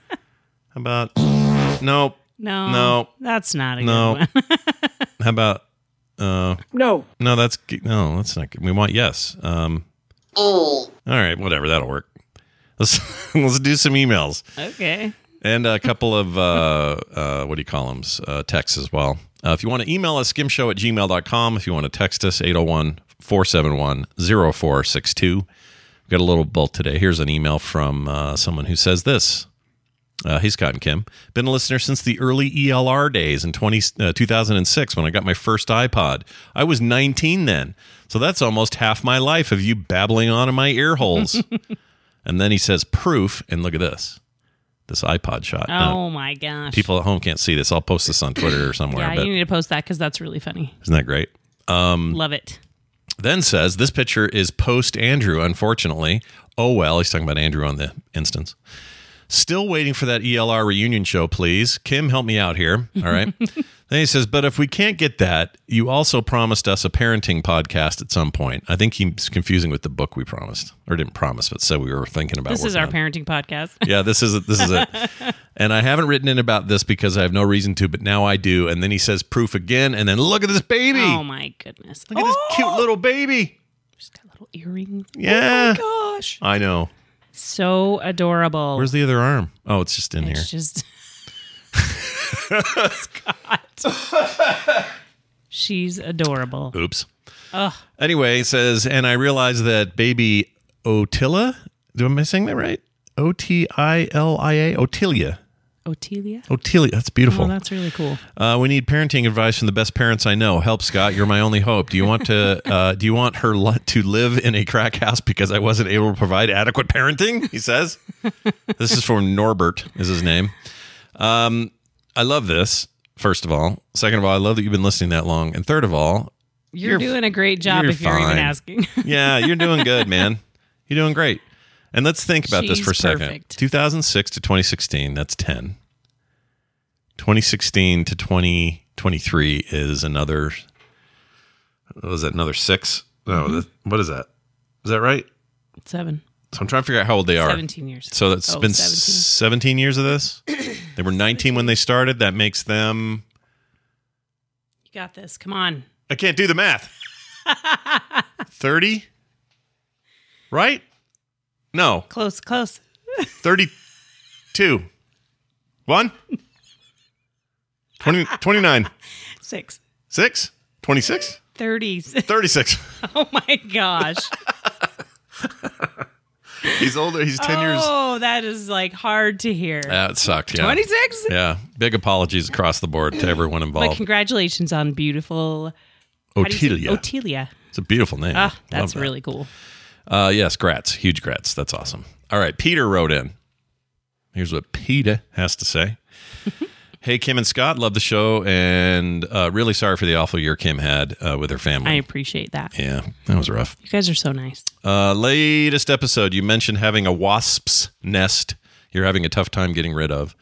S2: about, nope.
S3: No.
S2: No.
S3: That's not a
S2: No.
S3: good one.
S2: How about, uh,
S4: No.
S2: No, that's no, that's not good. We want yes. Um, All right, whatever, that'll work. Let's let's do some emails
S3: okay.
S2: and a couple of uh, uh, what do you call them? Uh, texts as well. Uh, if you want to email us, skimshow at gmail.com. If you want to text us, 801 471 0462. We've got a little bolt today. Here's an email from uh, someone who says this. Uh, hey, Scott and Kim. Been a listener since the early ELR days in 20, uh, 2006 when I got my first iPod. I was 19 then. So that's almost half my life of you babbling on in my ear holes. and then he says, proof. And look at this this iPod shot. Now,
S3: Oh my gosh.
S2: Uh, people at home can't see this. I'll post this on Twitter or somewhere.
S3: yeah,
S2: but
S3: you need to post that because that's really funny.
S2: isn't that great? Um,
S3: Love it.
S2: Then says this picture is post Andrew, unfortunately. Oh well, he's talking about Andrew on the instance. Still waiting for that ELR reunion show, please. Kim, help me out here. All right. then he says, but if we can't get that, you also promised us a parenting podcast at some point. I think he's confusing with the book we promised, or didn't promise, but said we were thinking about.
S3: This is
S2: working
S3: our
S2: on.
S3: parenting podcast.
S2: Yeah, this is it. This is it. and I haven't written in about this because I have no reason to, but now I do. And then he says proof again, and then look at this baby.
S3: Oh my goodness.
S2: look at this cute little baby.
S3: She's got little earrings.
S2: Yeah. gosh. I know.
S3: So adorable.
S2: Where's the other arm? Oh, it's just in here.
S3: It's just Scott. She's adorable.
S2: Oops.
S3: Ugh.
S2: Anyway, it says, and I realize that baby Otilla. Do am I saying that right? O T I L I A. Otilia.
S3: Otelia.
S2: Otilia. That's beautiful.
S3: Oh, that's really cool.
S2: Uh, we need parenting advice from the best parents I know. Help, Scott. You're my only hope. Do you want to? Uh, do you want her li- to live in a crack house because I wasn't able to provide adequate parenting? He says. this is from Norbert. Is his name? Um, I love this. First of all, second of all, I love that you've been listening that long, and third of all,
S3: You're,
S2: You're-
S3: doing a great job
S2: you're
S3: if you're even
S2: fine.
S3: asking.
S2: yeah, you're doing good, man. You're doing great. And let's think about this
S3: She's
S2: for a second.
S3: perfect.
S2: 2006 to 2016, that's 10. 2016 to 2023 is another. What was that? Another six? No,
S3: Mm-hmm.
S2: that- what is that? Is that right?
S3: Seven.
S2: So I'm trying to figure out how old they are.
S3: 17 years.
S2: So that's
S3: Oh,
S2: been 17.
S3: 17.
S2: years of this. They were 19 when they started. That makes them.
S3: You got this. Come on.
S2: I can't do the math. 30? Right? No.
S3: Close, close.
S2: 32. One. 20, 29.
S3: Six.
S2: Six. 26.
S3: Thirties.
S2: 36.
S3: Oh my gosh.
S2: He's older. He's 10 years. Uh,
S3: Oh, that is like hard to hear.
S2: That sucked. Yeah.
S3: 26?
S2: Yeah. Big apologies across the board to everyone
S3: But
S2: involved.
S3: congratulations on beautiful how do you say-
S2: Otilia.
S3: Otelia.
S2: It's a beautiful name.
S3: Ah,
S2: Love
S3: that's
S2: that.
S3: really cool.
S2: Uh, yes, grats. Huge grats. That's awesome. All right. Peter wrote in. Here's what Peter has to say. hey, Kim and Scott. Love the show. And uh, really sorry for the awful year Kim had uh, with her family.
S3: I appreciate that.
S2: yeah. That was rough.
S3: You guys are so nice.
S2: Uh, latest episode, you mentioned having a wasp's nest you're having a tough time getting rid of.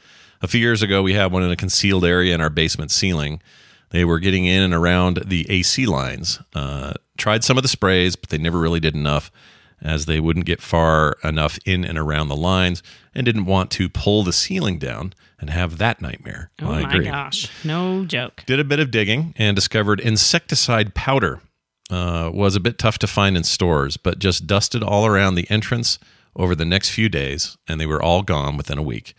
S2: A few years ago, we had one in a concealed area in our basement ceiling. They were getting in and around the AC lines. Uh, tried some of the sprays, but they never really did enough as they wouldn't get far enough in and around the lines and didn't want to pull the ceiling down and have that nightmare.
S3: Oh
S2: I
S3: my
S2: agree.
S3: gosh. No joke.
S2: Did a bit of digging and discovered insecticide powder. Uh, was a bit tough to find in stores, but just dusted all around the entrance over the next few days, and they were all gone within a week.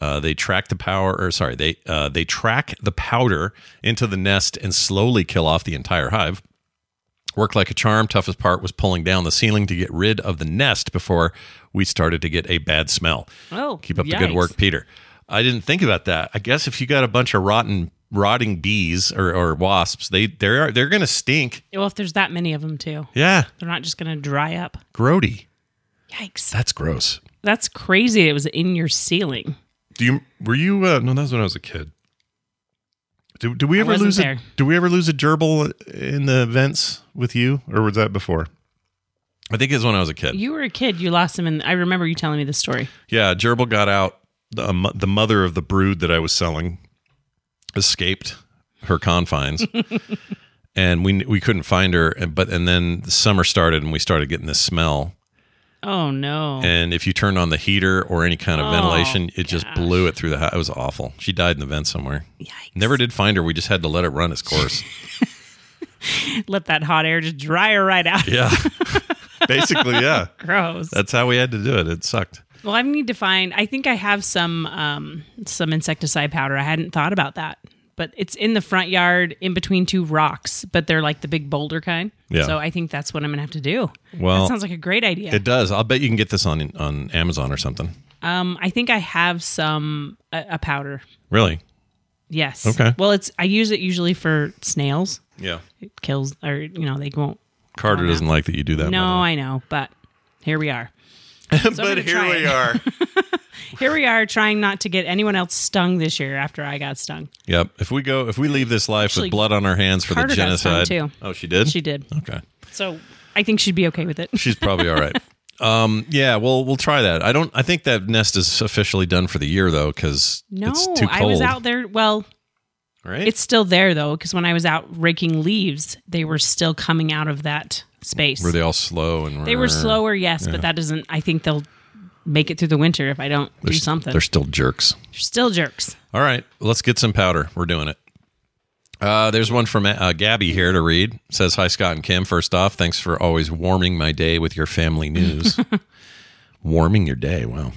S2: Uh, they track the power, or sorry, they uh, they track the powder into the nest and slowly kill off the entire hive. Worked like a charm. Toughest part was pulling down the ceiling to get rid of the nest before we started to get a bad smell.
S3: Oh,
S2: Keep up the good
S3: yikes.
S2: work, Peter. I didn't think about that. I guess if you got a bunch of rotten rotting bees or, or wasps, they they're they're gonna stink.
S3: Well, Oh, if there's that many of them too,
S2: Yeah.
S3: they're not just going to dry up.
S2: Grody.
S3: Yikes.
S2: That's gross.
S3: That's crazy. It was in your ceiling.
S2: Do you were you uh, no that was when I was a kid. Do, do we
S3: I
S2: ever
S3: wasn't
S2: lose
S3: there.
S2: a do we ever lose a gerbil in the vents with you or was that before? I think it was when I was a kid.
S3: You were a kid. You lost them. And I remember you telling me this story.
S2: Yeah, gerbil got out. The, um, the mother of the brood that I was selling escaped her confines, and we we couldn't find her. And but and then the summer started, and we started getting this smell.
S3: Oh, no.
S2: And if you turned on the heater or any kind of
S3: Oh,
S2: ventilation, it just blew it through the house. It was awful. She died in the vent somewhere.
S3: Yikes.
S2: Never did find her. We just had to let it run its course.
S3: Let that hot air just dry her right out.
S2: yeah, basically, yeah.
S3: Gross.
S2: That's how we had to do it. It sucked.
S3: well, I need to find. I think I have some um, some insecticide powder. I hadn't thought about that, but it's in the front yard, in between two rocks. But they're like the big boulder kind.
S2: Yeah.
S3: So I think that's what I'm gonna have to do.
S2: Well,
S3: that sounds like a great idea.
S2: It does. I'll bet you can get this on on Amazon or something.
S3: um, I think I have some a, a powder.
S2: Really?
S3: Yes.
S2: Okay.
S3: Well, it's I use it usually for snails.
S2: Yeah.
S3: It kills, or you know, they won't.
S2: Carter doesn't like that you do that.
S3: no, I know, but here we are.
S2: but
S3: gonna
S2: here
S3: try
S2: we
S3: it.
S2: are.
S3: Here we are trying not to get anyone else stung this year after I got stung.
S2: yep. If we go, if we leave this life
S3: Actually,
S2: with blood on our hands for
S3: Carter
S2: the
S3: got stung,
S2: genocide,
S3: too.
S2: oh, she did.
S3: She did.
S2: Okay,
S3: So I think she'd be okay with it.
S2: she's probably all right. Um, yeah, well, we'll try that. I don't. I think that nest is officially done for the year though, because
S3: No,
S2: it's too cold.
S3: I was out there. Well,
S2: Right?
S3: it's still there though, because when I was out raking leaves, they were still coming out of that space.
S2: were they all slow and
S3: They were slower, yes, but that doesn't. I think they'll make it through the winter if I don't
S2: They're
S3: do
S2: s-
S3: something.
S2: They're
S3: They're
S2: still jerks.
S3: still jerks.
S2: All right, let's get some powder. We're doing it. Uh, there's one from uh, Gabby here to read. Says hi, Scott and Kim. First off, thanks for always warming my day with your family news. warming your day, wow.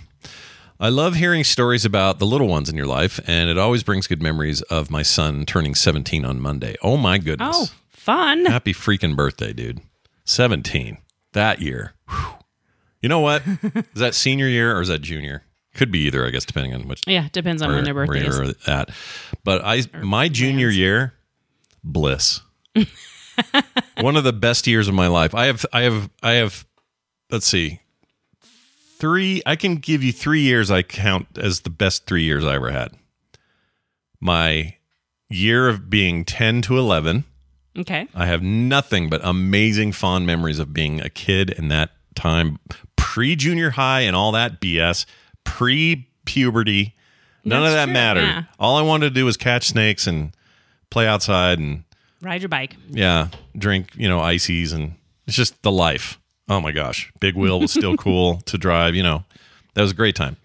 S2: I love hearing stories about the little ones in your life, and it always brings good memories of my son turning 17 on Monday. Oh my goodness!
S3: Oh, fun.
S2: Happy freaking birthday, dude! 17 that year. Whew. You know what? is that senior year or is that junior? Could be either, I guess, depending on which
S3: Yeah, depends on when their
S2: where-
S3: birthday is.
S2: where you're at. But I, my junior year, bliss. One of the best years of my life. I have, I have, I have. Let's see, three. I can give you three years. I count as the best three years I ever had. My year of being ten to eleven.
S3: Okay.
S2: I have nothing but amazing fond memories of being a kid in that time, pre junior high and all that BS, pre puberty. None
S3: That's
S2: of that
S3: true,
S2: mattered.
S3: yeah.
S2: All I wanted to do was catch snakes and play outside and
S3: Ride your bike.
S2: yeah, drink, you know, ices and it's just the life. Oh my gosh. Big wheel was still cool to drive, you know. That was a great time.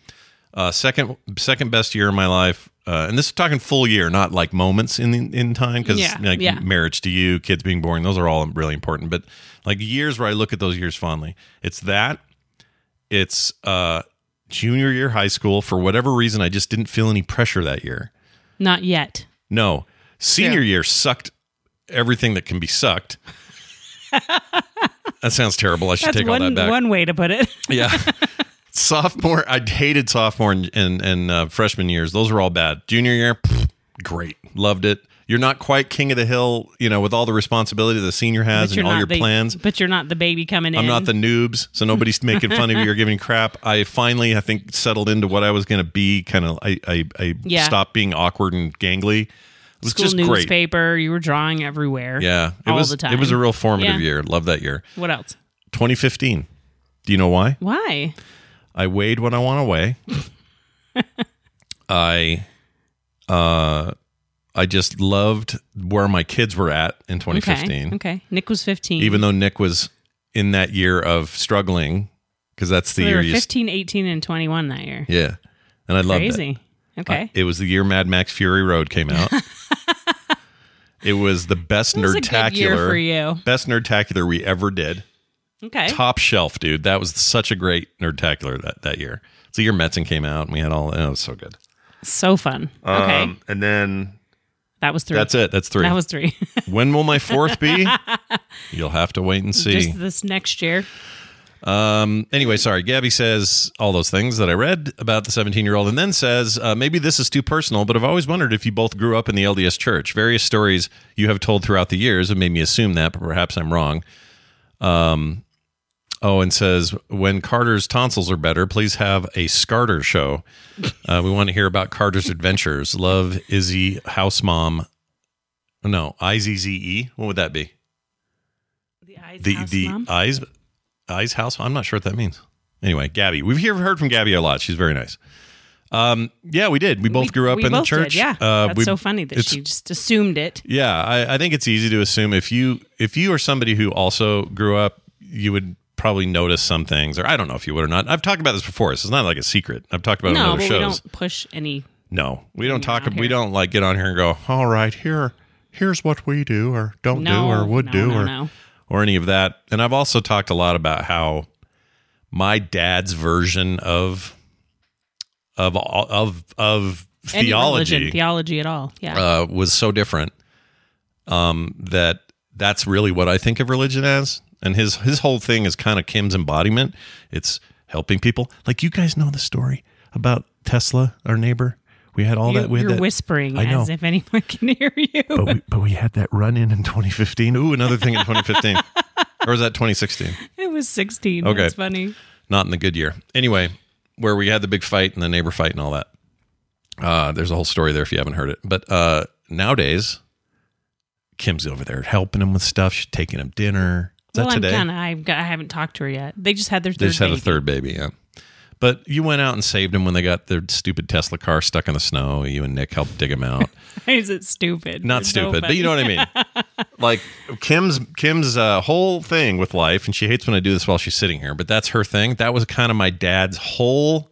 S2: Uh second second best year of my life. Uh, and this is talking full year, not like moments in in time because
S3: Yeah,
S2: like
S3: yeah.
S2: marriage to you, kids being born, those are all really important. But like years where I look at those years fondly, it's that, it's uh, junior year high school. For whatever reason, I just didn't feel any pressure that year.
S3: Not yet.
S2: No. Senior year sucked everything that can be sucked. that sounds terrible. I should
S3: That's
S2: take all
S3: one
S2: that back.
S3: one way to put it.
S2: Yeah. sophomore, I hated sophomore and and, and uh, freshman years. Those were all bad. Junior year, pfft, great. Loved it. You're not quite king of the hill, you know, with all the responsibility the senior has and all
S3: not
S2: your
S3: the,
S2: plans.
S3: But you're not the baby coming in.
S2: I'm not the noobs, so nobody's making fun of you or giving crap. I finally, I think, settled into what I was going to be. Kind of, I, I, I
S3: Yeah.
S2: stopped being awkward and gangly. It was
S3: school
S2: just great.
S3: newspaper. You were drawing everywhere.
S2: Yeah, it
S3: all
S2: was.
S3: the time.
S2: It was a real formative
S3: Yeah.
S2: year. Love that year.
S3: What else?
S2: 2015. Do you know why?
S3: Why?
S2: I weighed when I want to weigh. I, uh, I just loved where my kids were at in 2015.
S3: Okay. Okay. Nick was 15.
S2: Even though Nick was in that year of struggling, because that's the
S3: So they
S2: year
S3: were
S2: you.
S3: 15, 18, and 21 that year.
S2: Yeah, and I loved it.
S3: Crazy. Okay.
S2: Uh, it was the year Mad Max Fury Road came out. it was the best
S3: It was a
S2: nerdtacular
S3: good year for you.
S2: Best nerdtacular we ever did.
S3: okay.
S2: Top shelf, dude. That was such a great nerdtacular that, that year. It's the year Metzen came out and we had all oh, it was so good.
S3: so fun. Okay.
S2: Um, and then
S3: that was three.
S2: that's it. That's three.
S3: That was three.
S2: when will my fourth be? You'll have to wait and see.
S3: Just this next year.
S2: Um, anyway, sorry. Gabby says all those things that I read about the 17 year old and then says, uh, maybe this is too personal, but I've always wondered if you both grew up in the LDS church. Various stories you have told throughout the years have made me assume that, but perhaps I'm wrong. Um, oh, and says, when Carter's tonsils are better, please have a Scarter show. Uh, we want to hear about Carter's adventures. Love Izzy House Mom. No, I Z Z E. What would that be?
S3: The eyes.
S2: the the uh, eyes eyes house i'm not sure what that means anyway gabby we've here heard from gabby a lot she's very nice um yeah we did we both grew up in the church
S3: yeah,
S2: Uh,
S3: that's
S2: we-
S3: so funny that
S2: it's-
S3: she just assumed it.
S2: yeah I, I think it's easy to assume if you if you are somebody who also grew up you would probably notice some things or i don't know if you would or not i've talked about this before so it's not like a secret i've talked about it
S3: no,
S2: on
S3: but
S2: other
S3: we
S2: shows
S3: don't push any.
S2: no we don't talk
S3: out
S2: we
S3: here.
S2: don't like get on here and go all right here here's what we do or don't
S3: No,
S2: do or would
S3: no,
S2: do
S3: no,
S2: or
S3: no.
S2: or any of that. And I've also talked a lot about how my dad's version of of all- of of
S3: Any
S2: theology
S3: religion, theology at all. Yeah,
S2: uh, was so different um, that that's really what I think of religion as. And his his whole thing is kind of Kim's embodiment. It's helping people. Like you guys know the story about Tesla, our neighbor. We had all
S3: you're,
S2: that. We had
S3: you're
S2: that,
S3: whispering
S2: I know
S3: as if anyone can hear you.
S2: but we, but we had that run in in 2015. Ooh, another thing in 2015. or was that 2016?
S3: it was sixteen.
S2: Okay.
S3: That's funny.
S2: Not in the good year. Anyway, where we had the big fight and the neighbor fight and all that. Uh, there's a whole story there if you haven't heard it. But uh, nowadays, Kim's over there helping him with stuff. She's taking him dinner. Is that
S3: well,
S2: today?
S3: I'm kind of. I haven't talked to her yet. They just had their.
S2: they
S3: third
S2: just had a
S3: baby.
S2: third baby, yeah. But you went out and saved him when they got their stupid Tesla car stuck in the snow. You and Nick helped dig him out.
S3: Why is it stupid?
S2: not
S3: It's so
S2: stupid, but you know what I mean. like Kim's Kim's uh, whole thing with life, and she hates when I do this while she's sitting here, but that's her thing. That was kind of my dad's whole.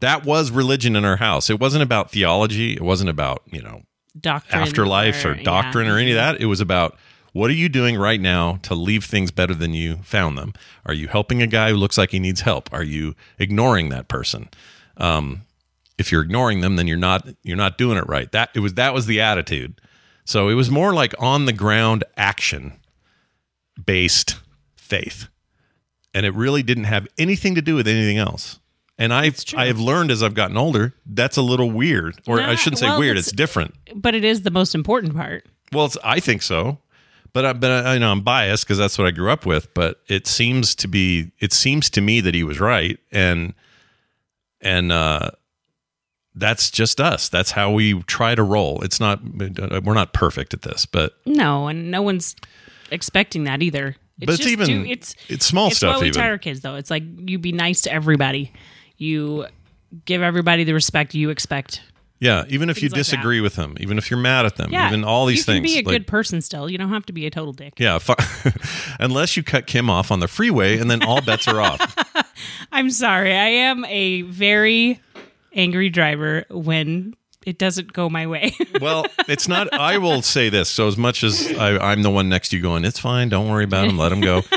S2: That was religion in our house. It wasn't about theology. It wasn't about you know
S3: funny. doctrine
S2: afterlife or,
S3: yeah. mm-hmm.
S2: doctrine or any of that. It was about what are you doing right now to leave things better than you found them? Are you helping a guy who looks like he needs help? Are you ignoring that person? Um, if you're ignoring them, then you're not you're not doing it right. That it was that was the attitude. So it was more like on the ground action based faith. And it really didn't have anything to do with anything else. And I've
S3: true.
S2: I have learned as I've gotten older, that's a little weird. Or I
S3: Nah,
S2: shouldn't say
S3: well,
S2: weird,
S3: it's-
S2: it's different.
S3: But it is the most important part.
S2: Well, it's, I think so, but I, but I, I know I'm biased because that's what I grew up with. But it seems to be, it seems to me that he was right, and and uh, that's just us. That's how we try to roll. It's not we're not perfect at this, but
S3: No, and no one's expecting that either.
S2: But it's even-
S3: too- it's
S2: it's small
S3: it's
S2: stuff
S3: What we
S2: even.
S3: tell our kids though, it's like you be nice to everybody. You give everybody the respect you expect.
S2: yeah. Even if you
S3: Things like that.
S2: disagree with him, even if you're mad at them,
S3: Yeah,
S2: even all these
S3: you
S2: things,
S3: Can be a
S2: like-
S3: good person still. You don't have to be a total dick.
S2: yeah, fu- unless you cut Kim off on the freeway, and then all bets are off.
S3: I'm sorry. I am a very angry driver when it doesn't go my way.
S2: Well, it's not. I will say this. So as much as I, I'm the one next to you going, it's fine. Don't worry about him. Let him go.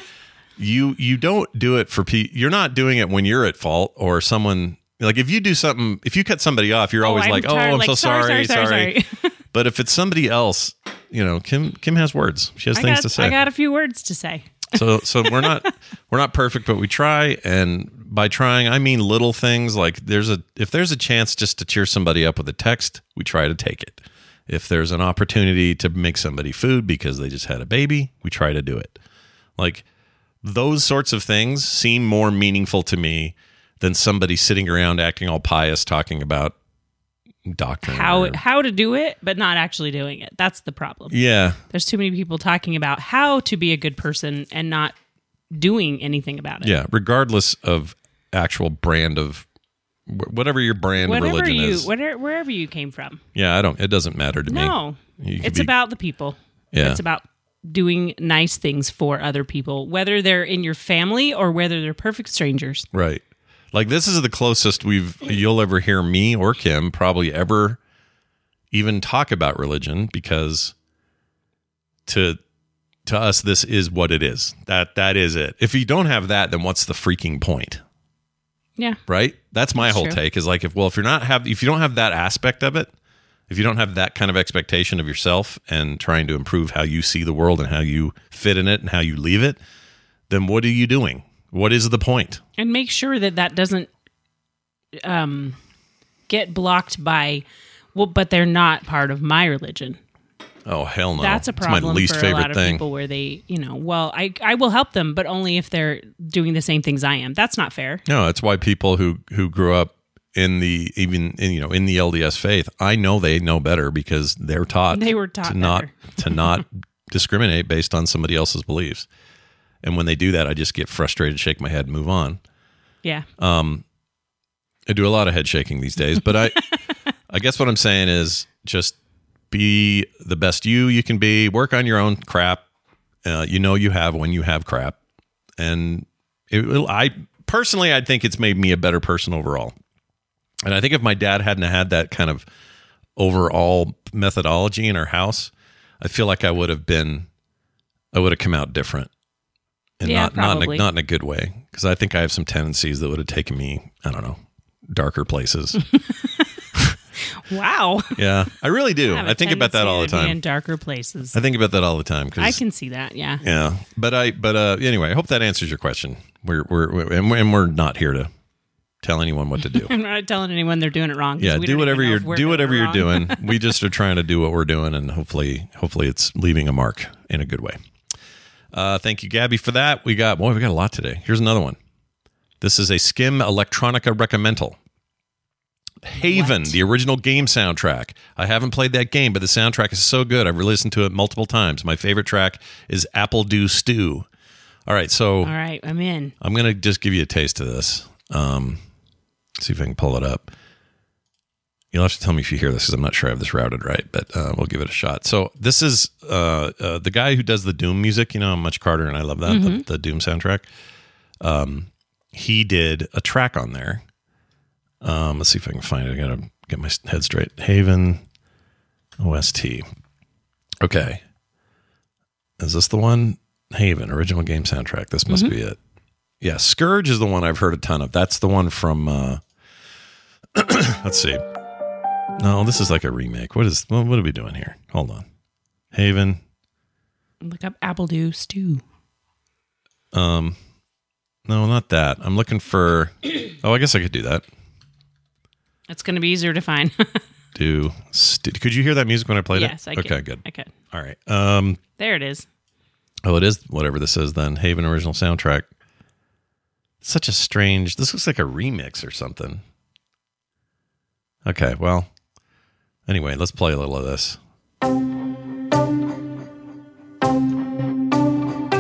S2: You you don't do it for pe You're not doing it when you're at fault or someone like if you do something. If you cut somebody off, you're always
S3: I'm
S2: like,
S3: tired,
S2: oh, I'm
S3: like,
S2: so sorry,
S3: sorry, sorry, sorry,
S2: but if it's somebody else, you know, Kim Kim has words. She has
S3: I
S2: things
S3: got,
S2: to say.
S3: I got a few words to say.
S2: So so we're not we're not perfect, but we try. And by trying, I mean little things like there's a if there's a chance just to cheer somebody up with a text, we try to take it. If there's an opportunity to make somebody food because they just had a baby, we try to do it. Like those sorts of things seem more meaningful to me than somebody sitting around acting all pious talking about doctrine.
S3: How
S2: or-
S3: how to do it, but not actually doing it. That's the problem.
S2: yeah,
S3: There's too many people talking about how to be a good person and not doing anything about it.
S2: Yeah, regardless of actual brand of wh- whatever your brand of
S3: Whatever
S2: religion
S3: you,
S2: is.
S3: whatever, wherever you came from.
S2: yeah, I don't. It doesn't matter to me.
S3: No,
S2: You could
S3: it's
S2: be-
S3: about the people.
S2: Yeah.
S3: It's about doing nice things for other people, whether they're in your family or whether they're perfect strangers.
S2: Right. Like this is the closest we've you'll ever hear me or Kim probably ever even talk about religion because to to us this is what it is. That that is it. If you don't have that, then what's the freaking point?
S3: Yeah.
S2: right? That's my
S3: That's
S2: whole
S3: true.
S2: take is like if well if you're not have if you don't have that aspect of it, if you don't have that kind of expectation of yourself and trying to improve how you see the world and how you fit in it and how you leave it, then what are you doing? Wh- What is the point?
S3: and make sure that that doesn't um, get blocked by well, but they're not part of my religion.
S2: Oh hell no!
S3: That's a
S2: It's
S3: problem
S2: my least
S3: for
S2: favorite
S3: a lot of
S2: thing.
S3: people where they, you know, well, I I will help them, but only if they're doing the same things I am. That's not fair.
S2: No, that's why people who who grew up in the even in, you know in the LDS faith, I know they know better because they're taught
S3: They were taught
S2: to not
S3: better.
S2: to not discriminate based on somebody else's beliefs. And when they do that, I just get frustrated, shake my head, and move on.
S3: Yeah.
S2: Uh, I do a lot of head shaking these days, but I I guess what I'm saying is just be the best you you can be. Work on your own crap. Uh, you know you have when you have crap, and it, will I personally I think it's made me a better person overall. And I think if my dad hadn't had that kind of overall methodology in our house, I feel like I would have been I would have come out different. And
S3: Yeah,
S2: not not in, a,
S3: probably.
S2: not in a good way because I think I have some tendencies that would have taken me, I don't know, darker places.
S3: wow.
S2: yeah, I really do.
S3: have
S2: I,
S3: a
S2: think about that
S3: tendency
S2: all the
S3: to be
S2: time.
S3: In darker places,
S2: I think about that all the time
S3: I
S2: because
S3: can see that. Yeah.
S2: yeah. But I but uh anyway, I hope that answers your question. We're we're, we're and, we're and we're not here to tell anyone what to do.
S3: I'm not telling anyone they're doing it wrong. 'cause
S2: yeah,
S3: we
S2: do
S3: don't even
S2: whatever
S3: know
S2: you're
S3: if we're
S2: do whatever
S3: it
S2: you're
S3: wrong.
S2: doing. we just are trying to do what we're doing, and hopefully hopefully it's leaving a mark in a good way. Uh, thank you, Gabby, for that. We got boy, we got a lot today. Here's another one. This is a Skim Electronica Recommendal. Haven, the original game soundtrack. I haven't played that game, but the soundtrack is so good. I've listened to it multiple times. My favorite track is Apple Do Stew. All right, so
S3: All right, I'm in.
S2: I'm gonna just give you a taste of this. Um, see if I can pull it up. You'll have to tell me if you hear this because I'm not sure I have this routed right, but uh, we'll give it a shot. So this is uh, uh, the guy who does the Doom music. You know, I'm much Carter, and I love that the, the Doom soundtrack. Um, he did a track on there. Um, let's see if I can find it. I gotta get my head straight. Haven OST. Okay, is this the one? Haven original game soundtrack. This must be it. Yeah, Scourge is the one I've heard a ton of. That's the one from. Uh, let's see. No, this is like a remake. What is? What are we doing here? Hold on. Haven.
S3: Look up apple do stew.
S2: Um, no, not that. I'm looking for. Oh, I guess I could do that.
S3: That's going to be easier to find.
S2: Do. St- could you hear that music when I played
S3: yes,
S2: it?
S3: I could.
S2: Okay, good.
S3: I could.
S2: All right. Um,
S3: There it is.
S2: Oh, it is whatever this is then. Haven original soundtrack. Such a strange. This looks like a remix or something. Okay, well. Anyway, let's play a little of this.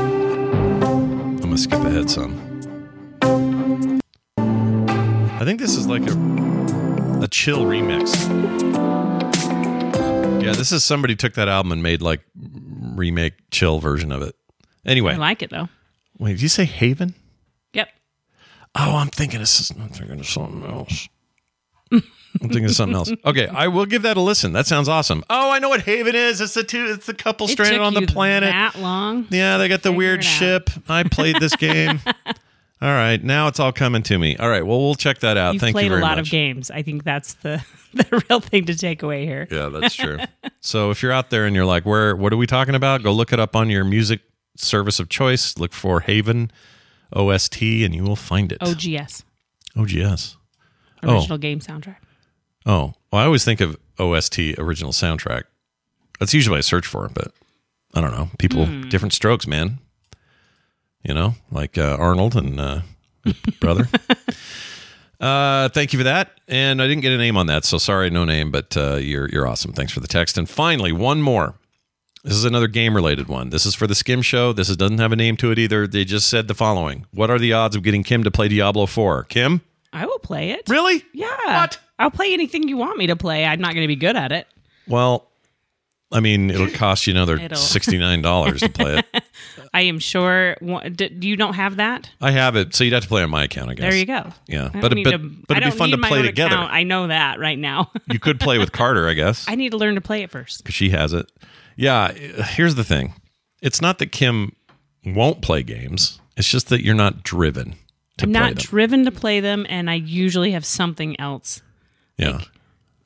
S2: I'm gonna skip ahead some. I think this is like a a chill remix. Yeah, this is somebody took that album and made like remake chill version of it. Anyway,
S3: I like it though.
S2: wait, did you say Haven?
S3: Yep.
S2: Oh, I'm thinking of, s- I'm thinking of something else. I'm thinking of something else. Okay, I will give that a listen. That sounds awesome. Oh, I know what Haven is. It's the two. It's the couple
S3: It
S2: stranded
S3: took
S2: on the
S3: you
S2: planet.
S3: that long.
S2: Yeah, they got the
S3: Figure
S2: weird
S3: it out.
S2: ship. I played this game. all right, now it's all coming to me. All right, well we'll check that out.
S3: You've
S2: Thank
S3: played
S2: you very
S3: a lot
S2: much.
S3: of games. I think that's the the real thing to take away here.
S2: Yeah, that's true. so if you're out there and you're like, where what are we talking about? Go look it up on your music service of choice. Look for Haven OST and you will find it.
S3: OGS
S2: OGS. Oh.
S3: original game soundtrack.
S2: Oh, well, I always think of OST original soundtrack. That's usually what I search for, but I don't know. People, different strokes, man. You know, like uh, Arnold and uh, his brother. uh, thank you for that. And I didn't get a name on that, so sorry, no name. But uh, you're you're awesome. Thanks for the text. And finally, one more. This is another game related one. This is for the Skim Show. This is, doesn't have a name to it either. They just said the following: What are the odds of getting Kim to play Diablo Four? Kim,
S3: I will play it.
S2: really?
S3: Yeah.
S2: What?
S3: I'll play anything you want me to play. I'm not going to be good at it.
S2: Well, I mean, it'll cost you another
S3: It'll-
S2: sixty nine dollars to play it.
S3: I am sure. wha- d- You don't have that.
S2: I have it, so you'd have to play on my account, I guess.
S3: There you go.
S2: Yeah,
S3: I don't
S2: but
S3: need
S2: but
S3: to-
S2: but
S3: I
S2: it'd be
S3: don't
S2: fun to
S3: need my
S2: play
S3: own
S2: together.
S3: account. I know that right now.
S2: you could play with Carter, I guess,
S3: I need to learn to play it first.
S2: because she has it. Yeah. Here's the thing: it's not that Kim won't play games; it's just that you're not driven to play
S3: I'm not
S2: them.
S3: driven to play them, and I usually have something else
S2: yeah,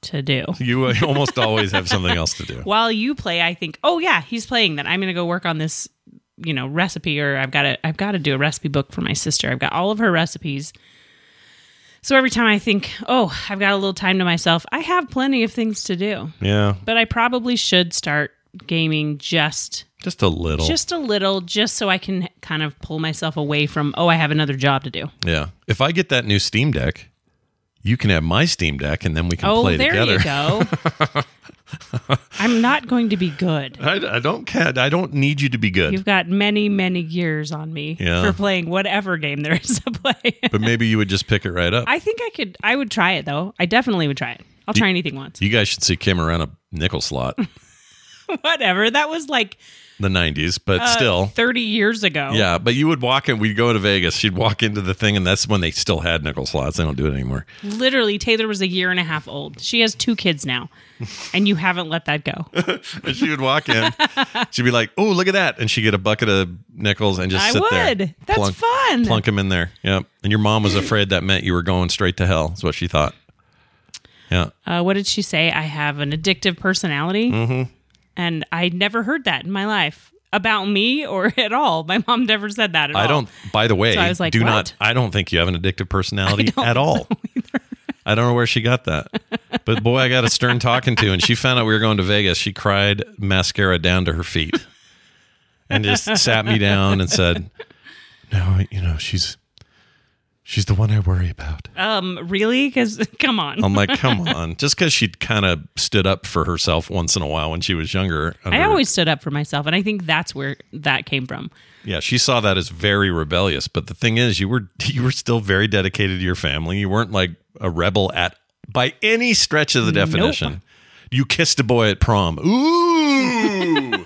S3: to do.
S2: you uh, almost always have something else to do.
S3: While you play, I think, oh yeah, he's playing that. I'm going to go work on this you know recipe or I've got to I've got to do a recipe book for my sister. I've got all of her recipes. So every time I think, "Oh, I've got a little time to myself." I have plenty of things to do,
S2: Yeah.
S3: but I probably should start gaming just
S2: Just a little.
S3: just a little just so I can kind of pull myself away from, "Oh, I have another job to do."
S2: yeah. If I get that new Steam Deck, you can have my Steam Deck and then we can
S3: Oh,
S2: play
S3: there
S2: together.
S3: you go. I'm not going to be good.
S2: I, I don't care. I don't need you to be good.
S3: You've got many, many years on me
S2: Yeah.
S3: for playing whatever game there is to play.
S2: but maybe you would just pick it right up.
S3: I think I could. I would try it though. I definitely would try it. I'll try anything once.
S2: you guys should see Kim around a nickel slot,
S3: Whatever. That was like
S2: the 90s, but
S3: uh,
S2: still.
S3: thirty years ago.
S2: Yeah, but you would walk in. We'd go to Vegas. She'd walk into the thing, and that's when they still had nickel slots. They don't do it anymore.
S3: Literally, Taylor was a year and a half old. She has two kids now, and you haven't let that go.
S2: And she would walk in. she'd be like, "Oh, look at that!" And she'd get a bucket of nickels and just
S3: I
S2: sit there.
S3: would. That's
S2: plunk,
S3: fun.
S2: Plunk them in there. Yep. And your mom was afraid that meant you were going straight to hell. Is what she thought. Yeah.
S3: Uh, what did she say? I have an addictive personality,
S2: Mm-hmm.
S3: and I never heard that in my life about me or at all. My mom never said that at all.
S2: I don't. By the way,
S3: So I was like,
S2: do not.
S3: "What?"
S2: I don't think you have an addictive personality at all. I don't know where she got that, but boy, I got a stern talking to, and she found out we were going to Vegas. She cried mascara down to her feet, and just sat me down and said, "No, you know she's she's the one I worry about."
S3: Um, really? Because come on.
S2: I'm like, "Come on!" Just because she kind of stood up for herself once in a while when she was younger.
S3: I
S2: under-
S3: always stood up for myself, and I think that's where that came from.
S2: Yeah, she saw that as very rebellious. But the thing is, you were you were still very dedicated to your family. You weren't like a rebel at by any stretch of the definition. You kissed a boy at prom. Ooh,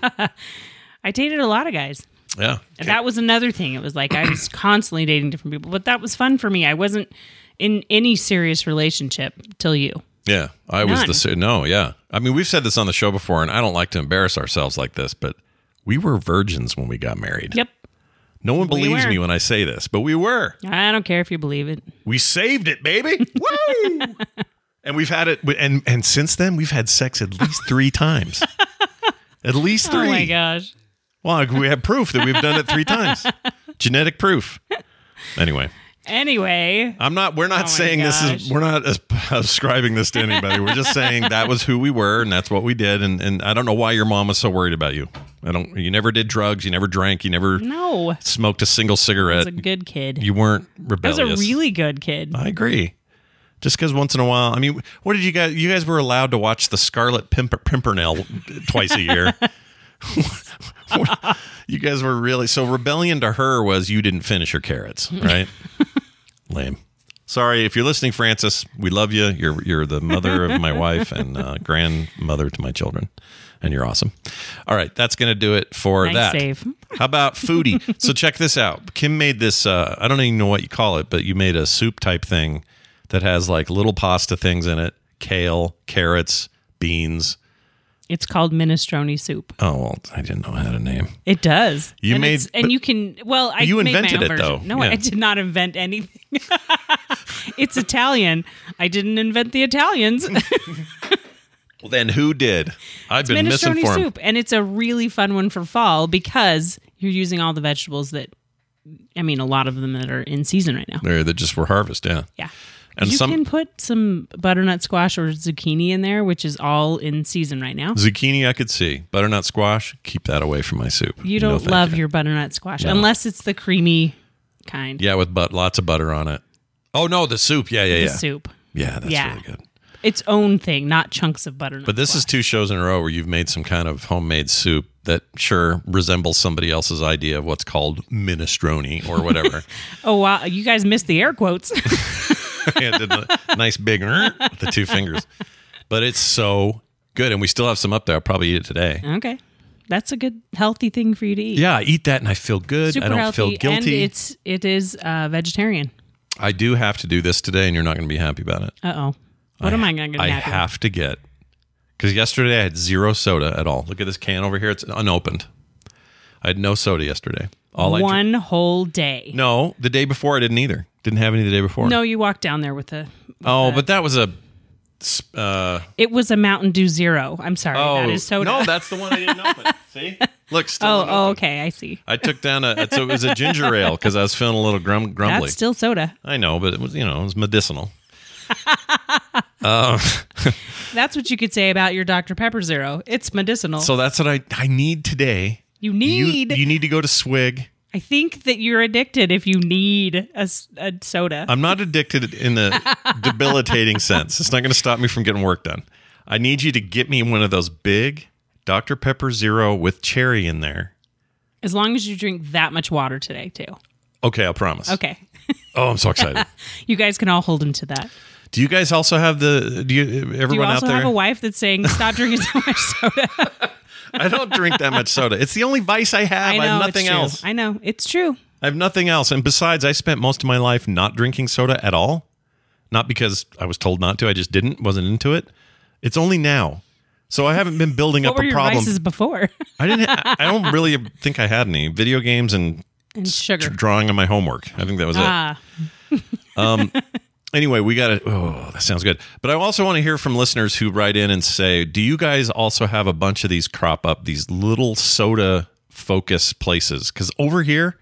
S3: I dated a lot of guys.
S2: yeah.
S3: And That was another thing. It was like I was constantly dating different people, but that was fun for me. I wasn't in any serious relationship till you.
S2: Yeah, I was
S3: None.
S2: the sa- no. Yeah, I mean we've said this on the show before, and I don't like to embarrass ourselves like this, but we were virgins when we got married.
S3: Yep.
S2: No one
S3: We
S2: believes
S3: were.
S2: me when I say this, but we were.
S3: I don't care if you believe it.
S2: We saved it, baby. Woo! and we've had it and and since then we've had sex at least 3 times. At least
S3: Oh
S2: three.
S3: my gosh.
S2: Well, we have proof that we've done it 3 times. Genetic proof. Anyway,
S3: Anyway,
S2: I'm not we're not
S3: Oh my
S2: saying this is
S3: gosh.
S2: we're not as- ascribing this to anybody. We're just saying that was who we were and that's what we did and and I don't know why your mom was so worried about you. I don't you never did drugs, you never drank, you never
S3: no. I
S2: smoked a single
S3: Mm. was
S2: cigarette.
S3: a good kid.
S2: you weren't
S3: I
S2: rebellious.
S3: was a really good kid.
S2: I agree. Just because once in a while, I mean, what did you guys? You guys were allowed to watch the Scarlet Pimper, Pimpernel twice a year. you guys were really so rebellion to her was you didn't finish your carrots, right? Lame. Sorry if you're listening, Francis. We love you. You're you're the mother of my wife and uh, grandmother to my children, and you're awesome. All right, that's gonna do it for
S3: Nice
S2: that.
S3: save.
S2: How about foodie? so check this out. Kim made this. Uh, I don't even know what you call it, but you made a soup type thing that has like little pasta things in it: kale, carrots, beans.
S3: It's called minestrone soup.
S2: Oh, well, I didn't know it had a name.
S3: It does.
S2: You
S3: and
S2: made-
S3: it's- and
S2: but-
S3: you can. Well, I
S2: You
S3: made my
S2: invented
S3: own
S2: it,
S3: version.
S2: though.
S3: No,
S2: Yeah.
S3: I did not invent anything. it's Italian. I didn't invent the Italians.
S2: Well, then who did? I've been
S3: minestrone
S2: misinformed.
S3: soup, and it's a really fun one for fall because you're using all the vegetables that, I mean, a lot of them that are in season right now.
S2: There, that just were harvest. Yeah,
S3: Yeah.
S2: and
S3: you
S2: some
S3: can put some butternut squash or zucchini in there, which is all in season right now.
S2: zucchini I could see. Butternut squash. Keep that away from my soup.
S3: You
S2: No,
S3: don't
S2: thank
S3: love
S2: you.
S3: your butternut squash unless it's the creamy kind.
S2: Yeah, with but lots of butter on it. Oh no, the soup. Yeah, yeah,
S3: The
S2: yeah.
S3: soup.
S2: Yeah, that's
S3: Yeah.
S2: really good.
S3: Its own thing, not chunks of butternut.
S2: But this is two shows in a row where you've made some kind of homemade soup that sure resembles somebody else's idea of what's called minestrone or whatever.
S3: Oh wow, you guys missed the air quotes.
S2: and did a nice big "er" with the two fingers. But it's so good. And we still have some up there. I'll probably eat it today.
S3: okay. That's a good healthy thing for you to eat.
S2: Yeah, I eat that and I feel good.
S3: Super
S2: I don't
S3: healthy
S2: feel guilty.
S3: and it's it is uh, vegetarian.
S2: I do have to do this today, and you're not going to be happy about it.
S3: Uh oh. What am I gonna get?
S2: I
S3: happy?
S2: have to get because yesterday I had zero soda at all. Look at this can over here; it's unopened. I had no soda yesterday. All I dr-
S3: one whole day.
S2: no the day before I didn't either. Didn't have any the day before.
S3: No, you walked down there with a
S2: Oh, but that was a s- uh,
S3: It was a Mountain Dew Zero. I'm sorry.
S2: oh
S3: that is soda.
S2: no, that's the one I didn't open. See, look, still
S3: oh,
S2: unopened.
S3: oh, okay. I see.
S2: I took down a so it was a ginger ale because I was feeling a little grum, grumbly.
S3: That's still soda.
S2: I know, but it was you know it was medicinal. Um,
S3: That's what you could say about your Dr. Pepper Zero. It's medicinal.
S2: So that's what I I need today.
S3: you
S2: You-
S3: need.
S2: you, need to go to Swig.
S3: I think that you're addicted if you need a, s- a soda.
S2: I'm not addicted in the debilitating sense. It's not going to stop me from getting work done. I need you to get me one of those big Dr Pepper Zero with cherry in there.
S3: as long as you drink that much water today, too.
S2: Okay, I'll promise.
S3: Okay.
S2: Oh, I'm so excited.
S3: You guys can all hold him to that.
S2: do you guys also have the? Do you everyone
S3: Do you
S2: out
S3: also
S2: there?
S3: have a wife that's saying, stop drinking so much soda?
S2: I don't drink that much soda. It's the only vice I have. I, have
S3: it's
S2: nothing
S3: true.
S2: else.
S3: I know. It's true.
S2: I have nothing else. And besides, I spent most of my life not drinking soda at all. Not because I was told not to, I just didn't, wasn't into it. It's only now. So I haven't been building
S3: What
S2: up
S3: were
S2: a
S3: your
S2: problem.
S3: vices before?
S2: I didn't I I don't really think I had any. Video games and,
S3: and
S2: s-
S3: sugar.
S2: drawing on my homework. I think that was it.
S3: Ah,
S2: Anyway, we got to Oh, that sounds good. But I also want to hear from listeners who write in and say, "Do you guys also have a bunch of these crop up these little soda focus places?" Cuz over here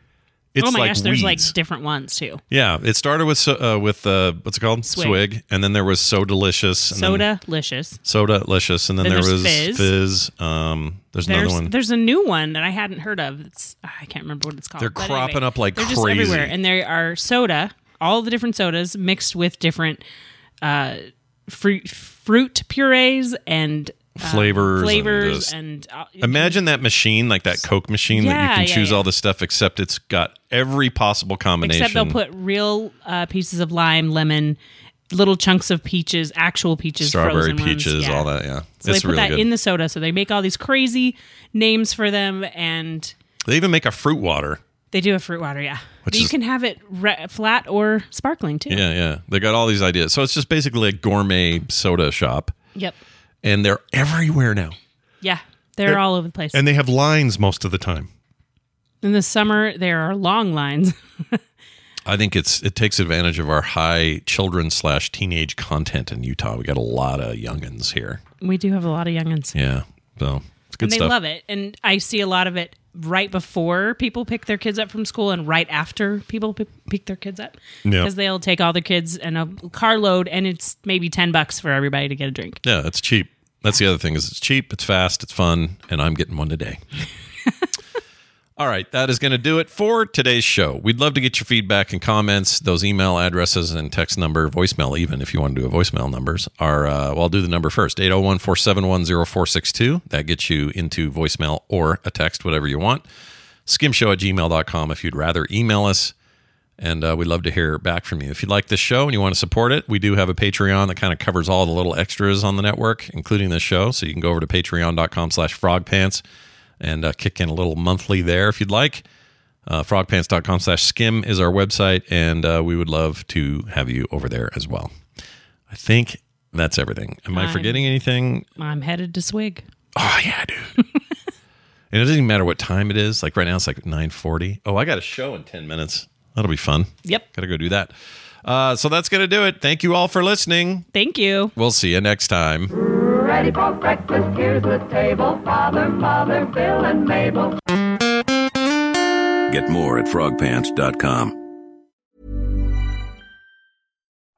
S2: it's
S3: oh my
S2: like
S3: gosh, there's
S2: weeds.
S3: like different ones too.
S2: Yeah, it started with so- uh, with uh, what's it called?
S3: Swig.
S2: and then there was so delicious. And
S3: Soda, licious.
S2: Soda delicious, and then,
S3: Then
S2: there was fizz.
S3: there's Fizz.
S2: Um, there's,
S3: There's
S2: another one.
S3: there's a new one that I hadn't heard of. It's ah, I can't remember what it's called.
S2: They're
S3: But
S2: cropping up like
S3: they're
S2: crazy.
S3: just everywhere, and there are soda, all the different sodas mixed with different uh, fruit fruit purees and uh,
S2: Flavors and
S3: flavors
S2: just-
S3: and, uh,
S2: Imagine that machine, like that Coke machine that you
S3: Yeah,
S2: can
S3: yeah,
S2: choose
S3: yeah.
S2: all this stuff, except it's got every possible combination.
S3: except they'll put real uh, pieces of lime, lemon, little chunks of peaches, actual peaches,
S2: strawberry
S3: frozen ones,
S2: peaches,
S3: yeah.
S2: all that. Yeah,
S3: So
S2: it's
S3: they put
S2: really
S3: that
S2: good.
S3: in the soda. So they make all these crazy names for them, and
S2: they even make a fruit water.
S3: they do a fruit water. Yeah,
S2: Which
S3: but you
S2: is-
S3: can have it re- flat or sparkling too.
S2: Yeah, yeah. They got all these ideas. So it's just basically a gourmet soda shop,
S3: Yep.
S2: and they're everywhere now.
S3: Yeah, they're,
S2: They're-
S3: all over the place.
S2: And they have lines most of the time.
S3: In the summer, there are long lines.
S2: I think it's it takes advantage of our high children slash teenage content in Utah. We got a lot of youngins here.
S3: we do have a lot of youngins,
S2: Yeah, so it's good
S3: and they
S2: stuff.
S3: love it. And I see a lot of it right before people pick their kids up from school, and right after people pick, pick their kids up,
S2: Yeah.
S3: because they'll take all their kids and a carload, and it's maybe ten bucks for everybody to get a drink.
S2: Yeah, it's cheap. That's the other thing is it's cheap, it's fast, it's fun, and I'm getting one today. All right, that is going to do it for today's show. We'd love to get your feedback and comments. Those email addresses and text number, voicemail, even if you want to do a voicemail numbers, are, uh, well, I'll do the number first 801 471 0462. That gets you into voicemail or a text, whatever you want. Skimshow at gmail.com if you'd rather email us and uh, we'd love to hear back from you. If you like this show and you want to support it, we do have a Patreon that kind of covers all the little extras on the network, including this show. So you can go over to patreon.com slash frogpants and uh, kick in a little monthly there if you'd like. Uh, frogpants.com slash skim is our website, and uh, we would love to have you over there as well. I think that's everything. Am I
S3: I'm-
S2: forgetting anything?
S3: I'm headed to Swig.
S2: Oh, yeah, dude. and it doesn't even matter what time it is. Like right now, it's like 940. Oh, I got a show in 10 minutes. That'll be fun.
S3: Yep.
S2: Gotta go do that. Uh, so that's gonna do it. Thank you all for listening.
S3: Thank you.
S2: We'll see you next time.
S5: Ready for breakfast, here's the table. Father, Mother, Bill, and Mabel.
S6: Get more at frogpants.com.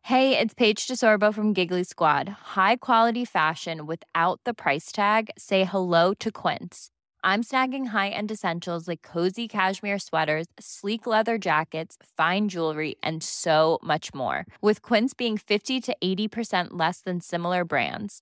S7: Hey, it's Paige DeSorbo from Giggly Squad. High quality fashion without the price tag. Say hello to Quince. I'm snagging high-end essentials like cozy cashmere sweaters, sleek leather jackets, fine jewelry, and so much more. With Quince being 50 to 80% less than similar brands.